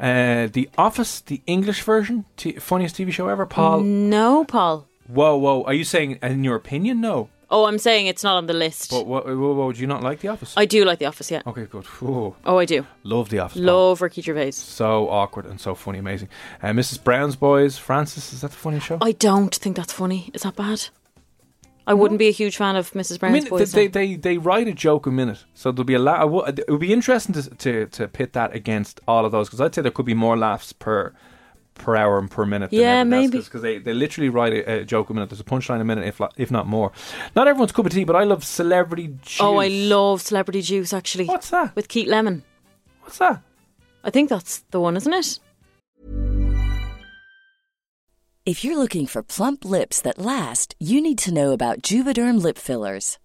[SPEAKER 3] Uh, the Office, the English version, t- funniest TV show ever. Paul,
[SPEAKER 4] Mm. No, Paul.
[SPEAKER 3] whoa, whoa. Are you saying, in your opinion, no?
[SPEAKER 4] Oh, I'm saying it's not on the list.
[SPEAKER 3] But what, whoa, whoa, do you not like The Office?
[SPEAKER 4] I do like The Office, yeah.
[SPEAKER 3] okay, good. Whoa.
[SPEAKER 4] Oh, I do.
[SPEAKER 3] Love The Office. Paul.
[SPEAKER 4] Love Ricky Gervais.
[SPEAKER 3] So awkward and so funny, amazing. Uh, Mrs. Brown's Boys, Francis, is that the funny show?
[SPEAKER 4] I don't think that's funny. Is that bad? I wouldn't be a huge fan of Mrs.
[SPEAKER 3] I
[SPEAKER 4] Brown's
[SPEAKER 3] mean,
[SPEAKER 4] Boys.
[SPEAKER 3] they,
[SPEAKER 4] no.
[SPEAKER 3] they, they, they write a joke a minute, so there'll be a lot. It would be interesting to, to, to pit that against all of those because I'd say there could be more laughs per per hour and per minute.
[SPEAKER 4] Yeah, maybe.
[SPEAKER 3] because they, they literally write a, a joke a minute. There's a punchline a minute, if li- if not more. Not everyone's cup of tea, but I love celebrity. Juice.
[SPEAKER 4] oh, I love Celebrity Juice actually.
[SPEAKER 3] What's that?
[SPEAKER 4] With Keith Lemon.
[SPEAKER 3] What's that?
[SPEAKER 4] I think that's the one, isn't it?
[SPEAKER 5] If you're looking for plump lips that last, you need to know about Juvederm lip fillers.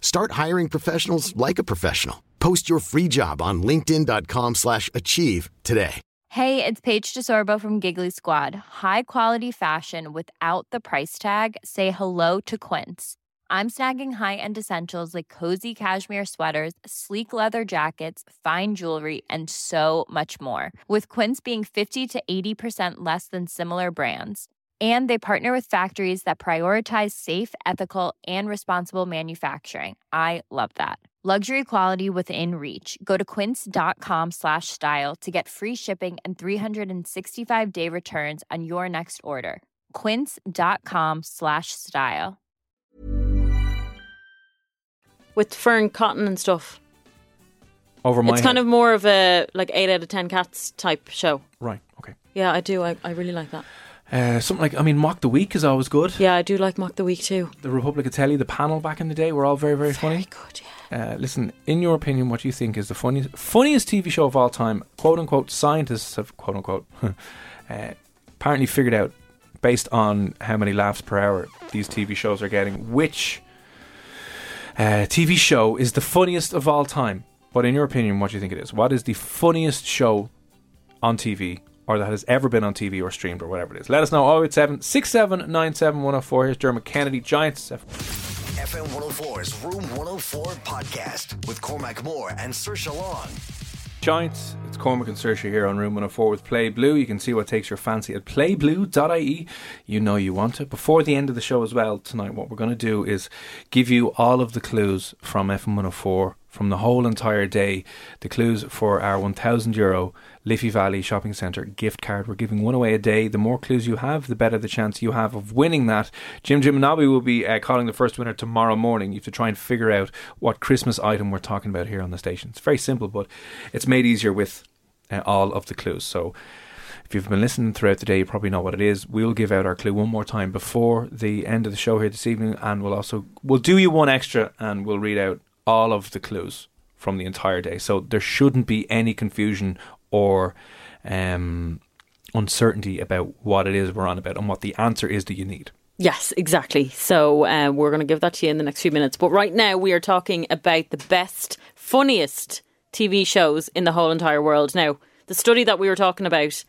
[SPEAKER 6] Start hiring professionals like a professional. Post your free job on linkedin.com/achieve slash achieve today.
[SPEAKER 7] Hey, it's Paige DeSorbo from Giggly Squad. High quality fashion without the price tag. Say hello to Quince. I'm snagging high-end essentials like cozy cashmere sweaters, sleek leather jackets, fine jewelry, and so much more. With Quince being 50 to 80% less than similar brands. And they partner with factories that prioritize safe, ethical, and responsible manufacturing. I love that. Luxury quality within reach. Go to quince.com slash style to get free shipping and 365 day returns on your next order. Quince.com slash style.
[SPEAKER 4] with fern cotton and stuff.
[SPEAKER 3] Over my
[SPEAKER 4] it's kind
[SPEAKER 3] head.
[SPEAKER 4] of more of a like eight out of ten cats type show.
[SPEAKER 3] right. Okay.
[SPEAKER 4] Yeah, I do. I, I really like that.
[SPEAKER 3] Uh, something like I mean, mock the week is always good.
[SPEAKER 4] Yeah, I do like Mock the Week too.
[SPEAKER 3] The Republic of Telly, the panel back in the day, were all very, very, funny.
[SPEAKER 4] good. Yeah.
[SPEAKER 3] Uh, listen, in your opinion, what do you think is the funniest funniest TV show of all time? "Quote unquote" scientists have "quote unquote" (laughs) uh, apparently figured out based on how many laughs per hour these TV shows are getting, which uh, TV show is the funniest of all time. But in your opinion, what do you think it is? What is the funniest show on TV or that has ever been on TV or streamed or whatever it is? Let us know. 087 6797104. Here's Dermot Kennedy, Giants.
[SPEAKER 2] FM 104's Room 104 podcast with Cormac Moore and Sir Long.
[SPEAKER 3] Giants, it's Cormac and Saoirse here on Room 104 with Play Blue. You can see what takes your fancy at playblue.ie. E. You know you want it. Before the end of the show as well tonight, what we're going to do is give you all of the clues from FM 104 from the whole entire day. The clues for our 1,000 euro Liffey Valley Shopping Centre gift card. We're giving one away a day. The more clues you have, the better the chance you have of winning that. Jim Jim and Nobby will be uh, calling the first winner tomorrow morning. You have to try and figure out what Christmas item we're talking about here on the station. It's very simple, but it's made easier with uh, all of the clues. So if you've been listening throughout the day, you probably know what it is. We'll give out our clue one more time before the end of the show here this evening, and we'll also we'll do you one extra, and we'll read out all of the clues from the entire day. So there shouldn't be any confusion or um, uncertainty about what it is we're on about and what the answer is that you need.
[SPEAKER 4] Yes, exactly. So uh, we're going to give that to you in the next few minutes. But right now, we are talking about the best, funniest TV shows in the whole entire world. Now, the study that we were talking about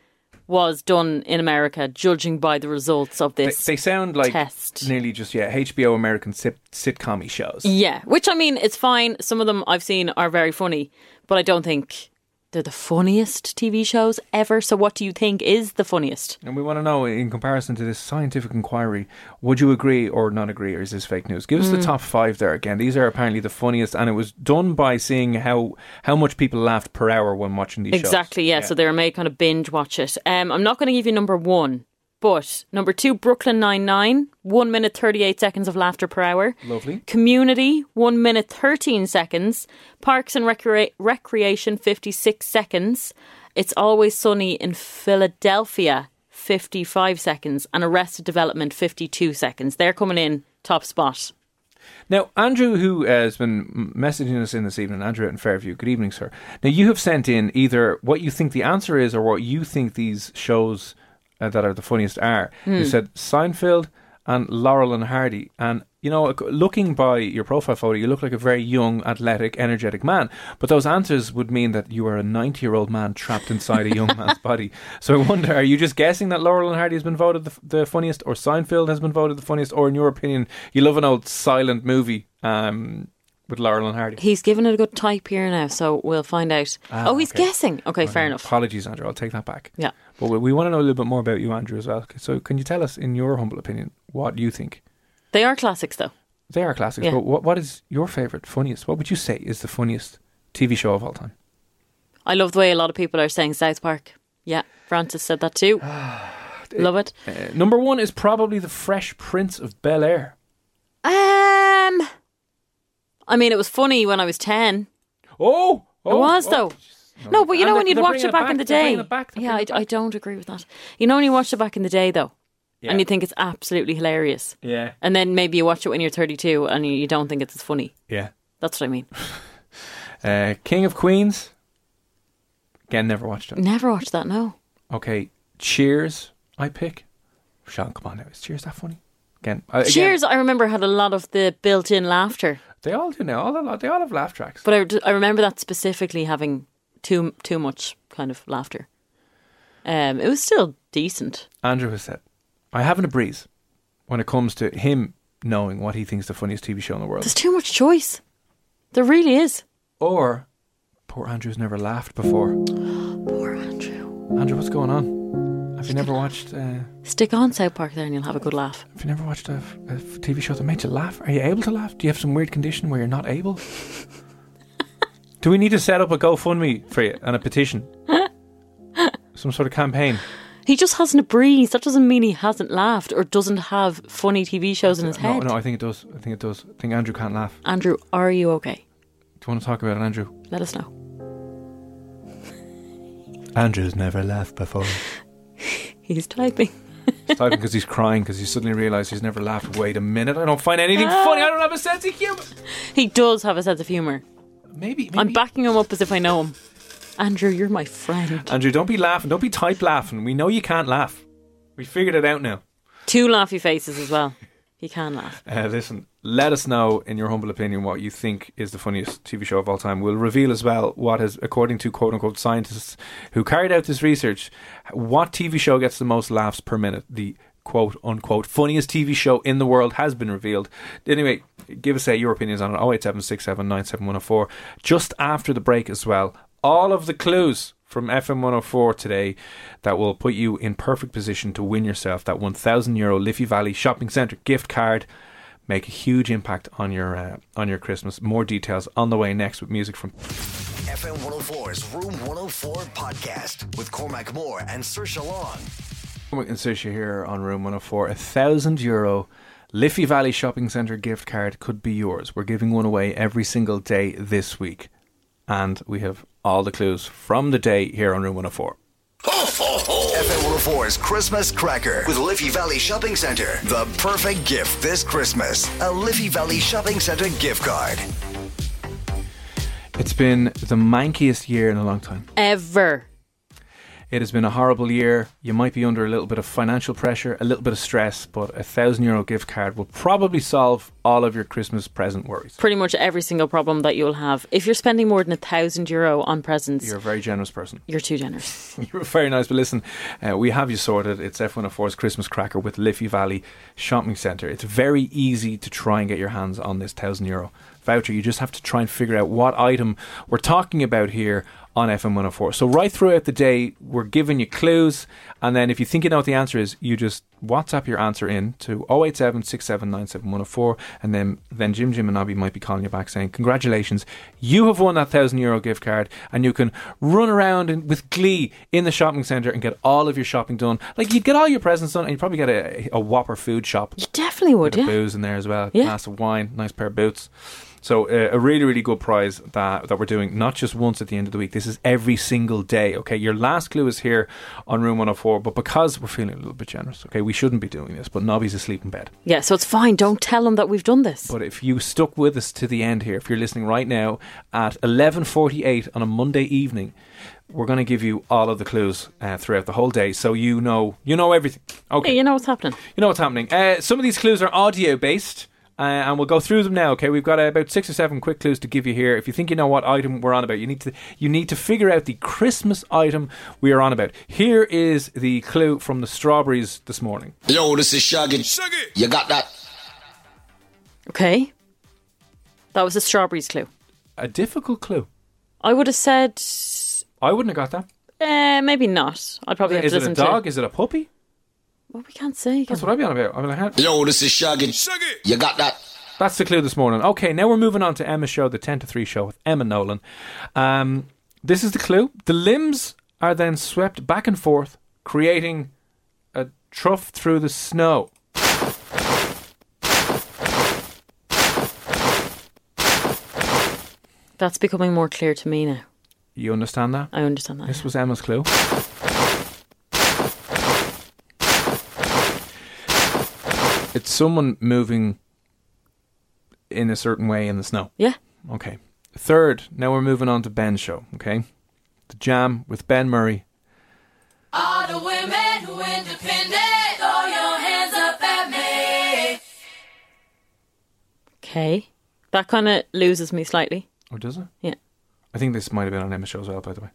[SPEAKER 4] was done in America, judging by the results of
[SPEAKER 3] They,
[SPEAKER 4] this.
[SPEAKER 3] they sound like
[SPEAKER 4] test.
[SPEAKER 3] nearly just yeah HBO American sit- sitcom shows.
[SPEAKER 4] Yeah, which I mean, it's fine. Some of them I've seen are very funny, but I don't think they're the funniest TV shows ever. So, what do you think is the funniest?
[SPEAKER 3] And we want to know, in comparison to this scientific inquiry, would you agree or not agree, or is this fake news? Give us
[SPEAKER 4] Mm.
[SPEAKER 3] the top five there again. These are apparently the funniest, and it was done by seeing how how much people laughed per hour when watching these shows.
[SPEAKER 4] Exactly. Yeah, So they were made kind of binge watch it. Um, I'm not going to give you number one, but number two, Brooklyn Nine Nine, one minute thirty eight seconds of laughter per hour.
[SPEAKER 3] Lovely.
[SPEAKER 4] Community, one minute thirteen seconds. Parks and Recre- Recreation, fifty six seconds. It's Always Sunny in Philadelphia, fifty five seconds, and Arrested Development, fifty two seconds. They're coming in top spot.
[SPEAKER 3] Now, Andrew, who uh, has been m- messaging us in this evening, Andrew out in Fairview, good evening, sir. Now, you have sent in either what you think the answer is or what you think these shows uh, that are the funniest are. You said Seinfeld and Laurel and Hardy. And, you know, ac- looking by your profile photo, you look like a very young, athletic, energetic man. But those answers would mean that you are a 90 year old man trapped inside a young
[SPEAKER 4] (laughs)
[SPEAKER 3] man's body. So I wonder, are you just guessing that Laurel and Hardy has been voted the, f- the funniest, or Seinfeld has been voted the funniest, or in your opinion, you love an old silent movie um, with Laurel and Hardy?
[SPEAKER 4] He's given it a good type here now, so we'll find out. oh, he's
[SPEAKER 3] okay.
[SPEAKER 4] guessing. Okay, fair enough.
[SPEAKER 3] Apologies, Andrew. I'll take that back.
[SPEAKER 4] Yeah.
[SPEAKER 3] But we, we want to know a little bit more about you, Andrew, as well. So can you tell us, in your humble opinion, what you think?
[SPEAKER 4] They are classics, though.
[SPEAKER 3] They are classics,
[SPEAKER 4] Yeah.
[SPEAKER 3] but what, what is your favourite, funniest? What would you say is the funniest TV show of all time?
[SPEAKER 4] I love the way a lot of people are saying South Park. Yeah, Francis said that too. love it.
[SPEAKER 3] Uh, number one is probably The Fresh Prince of Bel Air.
[SPEAKER 4] Um, I mean, it was funny when I was ten.
[SPEAKER 3] Oh! oh
[SPEAKER 4] it was
[SPEAKER 3] oh.
[SPEAKER 4] though. No, but
[SPEAKER 3] And
[SPEAKER 4] you know
[SPEAKER 3] they're-
[SPEAKER 4] when you'd
[SPEAKER 3] they're
[SPEAKER 4] watch
[SPEAKER 3] bringing
[SPEAKER 4] it back, in the
[SPEAKER 3] they're
[SPEAKER 4] day.
[SPEAKER 3] bringing it back, they're
[SPEAKER 4] yeah, I,
[SPEAKER 3] bringing it
[SPEAKER 4] I
[SPEAKER 3] back.
[SPEAKER 4] don't agree with that. You know when you watched it back in the day though, and you think it's absolutely hilarious,
[SPEAKER 3] Yeah.
[SPEAKER 4] and then maybe you watch it when you're 32 and you, you don't think it's as funny.
[SPEAKER 3] Yeah.
[SPEAKER 4] That's
[SPEAKER 3] (laughs)
[SPEAKER 4] what I mean.
[SPEAKER 3] Uh, King of Queens. Again, never watched it.
[SPEAKER 4] Never watched that. No.
[SPEAKER 3] Okay, Cheers. I pick. Sean, come on now. Is Cheers that funny? Again, I- Uh, again,
[SPEAKER 4] Cheers, I remember, had a lot of the built in laughter,
[SPEAKER 3] They all do now. All they all have laugh tracks.
[SPEAKER 4] but I, d- I remember that specifically having too too much kind of laughter. Um, It was still decent.
[SPEAKER 3] Andrew has said, "I haven't a breeze when it comes to him knowing what he thinks the funniest TV show in the world."
[SPEAKER 4] There's too much choice. There really is.
[SPEAKER 3] Or, poor Andrew's never laughed before.
[SPEAKER 4] (gasps) Poor Andrew.
[SPEAKER 3] Andrew, what's going on? Have you never watched? Uh,
[SPEAKER 4] Stick on South Park there and you'll have a good laugh.
[SPEAKER 3] have you never watched a, f- a f- TV show that made you laugh? Are you able to laugh? Do you have some weird condition where you're not
[SPEAKER 4] (laughs)
[SPEAKER 3] able? Do we need to set up a GoFundMe for you and a
[SPEAKER 4] (laughs)
[SPEAKER 3] petition? some sort of campaign.
[SPEAKER 4] He just hasn't a breeze. That doesn't mean he hasn't laughed or doesn't have funny TV shows in his
[SPEAKER 3] No,
[SPEAKER 4] head.
[SPEAKER 3] no, I think it does. I think it does. I think Andrew can't laugh.
[SPEAKER 4] Andrew, are you okay?
[SPEAKER 3] Do you want to talk about it, Andrew?
[SPEAKER 4] Let us know. (laughs)
[SPEAKER 3] Andrew's never laughed before.
[SPEAKER 4] He's typing.
[SPEAKER 3] He's typing because he's crying because he suddenly realised he's never laughed. Wait a minute, I don't find anything funny. I don't have a sense of humour.
[SPEAKER 4] He does have a sense of humour.
[SPEAKER 3] Maybe, maybe
[SPEAKER 4] I'm backing him up as if I know him. Andrew, you're my friend.
[SPEAKER 3] Andrew, don't be laughing. Don't be type laughing. We know you can't laugh. We figured it out now.
[SPEAKER 4] Two laughy faces as well. He can laugh.
[SPEAKER 3] Uh, listen, let us know in your humble opinion what you think is the funniest TV show of all time. We'll reveal as well what is, according to quote unquote scientists who carried out this research, what TV show gets the most laughs per minute. The quote unquote funniest TV show in the world has been revealed. Anyway, give us uh, your opinions on it 08767971004. Just after the break as well, all of the clues from FM 104 today that will put you in perfect position to win yourself that 1000 euro Liffey Valley shopping centre gift card make a huge impact on your uh, on your Christmas. More details on the way next with music from
[SPEAKER 2] FM 104's Room 104 podcast with Cormac Moore and Sir Long.
[SPEAKER 3] Cormac and Susha here on Room 104. A thousand euro Liffey Valley Shopping Centre gift card could be yours. We're giving one away every single day this week, and we have all the clues from the day here on Room 104.
[SPEAKER 2] FM 104's Christmas Cracker with Liffey Valley Shopping Center. The perfect gift this Christmas. A Liffey Valley Shopping Center gift card.
[SPEAKER 3] It's been the mankiest year in a long time.
[SPEAKER 4] Ever.
[SPEAKER 3] It has been a horrible year. You might be under a little bit of financial pressure, a little bit of stress, but a thousand euro gift card will probably solve all of your Christmas present worries.
[SPEAKER 4] Pretty much every single problem that you'll have. If you're spending more than a thousand euro on presents,
[SPEAKER 3] You're
[SPEAKER 4] you're,
[SPEAKER 3] a very generous person. (laughs)
[SPEAKER 4] too generous.
[SPEAKER 3] You're very nice, but listen, uh, we have you sorted. It's F104's Christmas Cracker with Liffey Valley Shopping Centre. It's very easy to try and get your hands on this thousand euro voucher. You just have to try and figure out what item we're talking about here on FM 104. So, right throughout the day, we're giving you clues, and then if you think you know what the answer is, you just WhatsApp your answer in to 087 and then, then Jim, Jim, and Abby might be calling you back saying, Congratulations, you have won that thousand euro gift card, and you can run around and, with glee in the shopping centre and get all of your shopping done. Like, you'd get all your presents done, and you'd probably get a, a Whopper food shop.
[SPEAKER 4] You definitely would,
[SPEAKER 3] Bit of
[SPEAKER 4] yeah.
[SPEAKER 3] booze in there as well.
[SPEAKER 4] Yeah.
[SPEAKER 3] Glass of wine, nice pair of boots. So uh, a really, really good prize that that we're doing not just once at the end of the week. This is every single day. Okay, your last clue is here on room 104, but because we're feeling a little bit generous, okay, we shouldn't be doing this. But Nobby's asleep in bed.
[SPEAKER 4] Yeah, so it's fine. Don't tell them that we've done this.
[SPEAKER 3] But if you stuck with us to the end here, if you're listening right now at 11:48 on a Monday evening, we're going to give you all of the clues uh, throughout the whole day, so you know you know everything. Okay,
[SPEAKER 4] Hey, you know what's happening.
[SPEAKER 3] you know what's happening. Uh, some of these clues are audio based. Uh, and we'll go through them now. Okay, we've got uh, about six or seven quick clues to give you here. If you think you know what item we're on about, you need to you need to figure out the Christmas item we are on about. Here is the clue from the strawberries this morning.
[SPEAKER 8] Yo, this is Shaggy. Shaggy. You got that?
[SPEAKER 4] Okay. That was a strawberries clue.
[SPEAKER 3] A difficult clue.
[SPEAKER 4] I would have said,
[SPEAKER 3] I wouldn't have got
[SPEAKER 4] eh, maybe not. I'd probably
[SPEAKER 3] that. Is
[SPEAKER 4] have to
[SPEAKER 3] it
[SPEAKER 4] listen
[SPEAKER 3] a dog?
[SPEAKER 4] to.
[SPEAKER 3] Is it a puppy?
[SPEAKER 4] Well, we can't say.
[SPEAKER 3] That's
[SPEAKER 4] can
[SPEAKER 3] what I'd be on about. I'm like, "Huh?"
[SPEAKER 8] Yo, this is Shaggy. Shaggy. You got that?
[SPEAKER 3] that's the clue this morning. Okay, now we're moving on to Emma's show, the ten to three show with Emma Nolan. Um, this is the clue. The limbs are then swept back and forth, creating a trough through the snow.
[SPEAKER 4] we? That's becoming more clear to me now.
[SPEAKER 3] You understand that?
[SPEAKER 4] I understand that.
[SPEAKER 3] This was Emma's clue. It's someone moving in a certain way in the snow.
[SPEAKER 4] yeah.
[SPEAKER 3] Okay. Third, now we're moving on to Ben's show, okay? The Jam with Ben Murray.
[SPEAKER 9] All the women who independent, throw your hands up at me.
[SPEAKER 4] Okay. That kind of loses me slightly.
[SPEAKER 3] Or Oh, does it?
[SPEAKER 4] Yeah.
[SPEAKER 3] I think this might have been on Emma's show as well, by the way.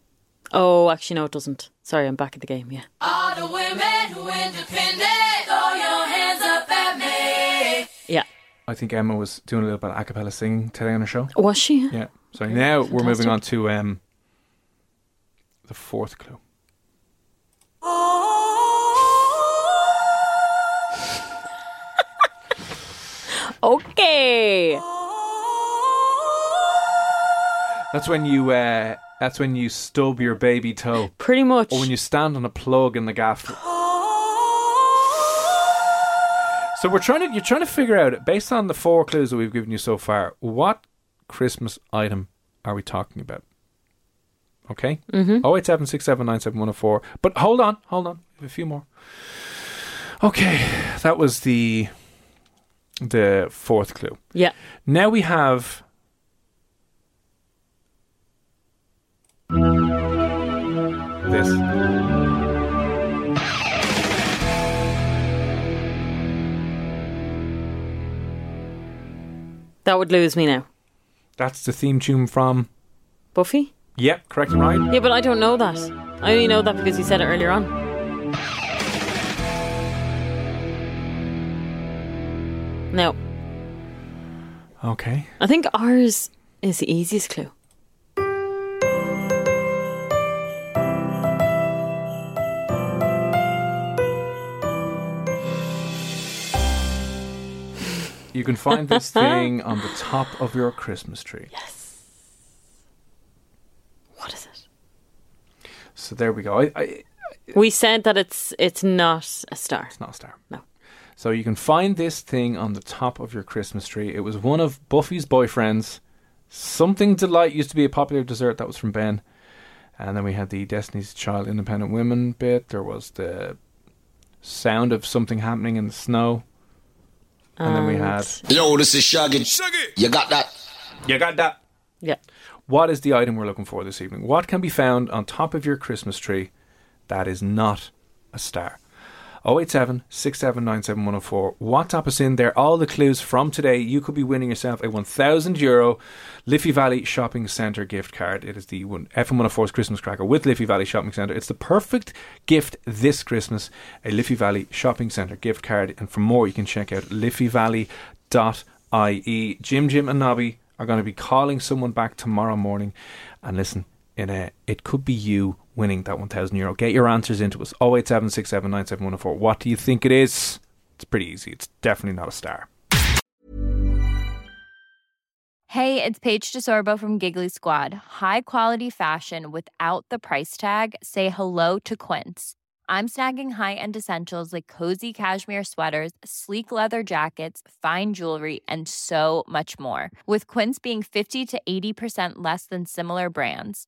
[SPEAKER 4] Oh, actually, no, it doesn't. Sorry, I'm back at the game. Yeah.
[SPEAKER 9] All the women who independent, throw your hands up at me.
[SPEAKER 4] Yeah.
[SPEAKER 3] I think Emma was doing a little bit of a cappella singing today on her show.
[SPEAKER 4] Was she?
[SPEAKER 3] Yeah. So now we're moving on to um, the fourth clue.
[SPEAKER 4] Okay.
[SPEAKER 9] Oh.
[SPEAKER 3] That's when you. Uh, that's when you stub your baby toe,
[SPEAKER 4] Pretty much.
[SPEAKER 3] or Oh, when you stand on a plug in the gaff. So we're trying to. You're trying to figure out, based on the four clues that we've given you so far, what Christmas item are we talking about? Okay. Mm-hmm. Oh eight seven six seven nine seven one zero four. But hold on, hold on. We have a few more. Okay, that was the the fourth clue.
[SPEAKER 4] yeah.
[SPEAKER 3] Now we have. This.
[SPEAKER 4] That would lose me now.
[SPEAKER 3] That's the theme tune from.
[SPEAKER 4] Buffy?
[SPEAKER 3] Yep, correct and right.
[SPEAKER 4] Yeah, but I don't know that. I only know that because you said it earlier on. No.
[SPEAKER 3] Okay.
[SPEAKER 4] I think ours is the easiest clue.
[SPEAKER 3] You can find this thing on the top of your Christmas tree.
[SPEAKER 4] What is it?
[SPEAKER 3] So there we go. I, I, it's
[SPEAKER 4] We said that it's it's not a star.
[SPEAKER 3] not a star.
[SPEAKER 4] No.
[SPEAKER 3] So you can find this thing on the top of your Christmas tree. It was one of Buffy's boyfriends. Something Delight used to be a popular dessert. That was from Ben. And then we had the Destiny's Child Independent Women bit. There was the sound of something happening in the snow. And then we had.
[SPEAKER 8] Yo, this is Shaggy. You got that?
[SPEAKER 3] You got that.
[SPEAKER 4] Yeah.
[SPEAKER 3] What is the item we're looking for this evening? What can be found on top of your Christmas tree that is not a star? 087 679 7104. WhatsApp us in there. All the clues from today. You could be winning yourself a 1,000 euro Liffey Valley Shopping Centre gift card. It is the one, FM104's Christmas cracker with Liffey Valley Shopping Centre. It's the perfect gift this Christmas a Liffey Valley Shopping Centre gift card. And for more, you can check out liffeyvalley.ie. E. Jim, Jim, and Nobby are going to be calling someone back tomorrow morning. And listen, in a, it could be you winning that 1,000 euro. Get your answers into us 0876797104. What do you think it is? It's pretty easy. It's definitely not a star.
[SPEAKER 7] Hey, it's Paige DeSorbo from Giggly Squad. High quality fashion without the price tag. Say hello to Quince. I'm snagging high-end essentials like cozy cashmere sweaters, sleek leather jackets, fine jewelry, and so much more. With Quince being 50 to 80% less than similar brands.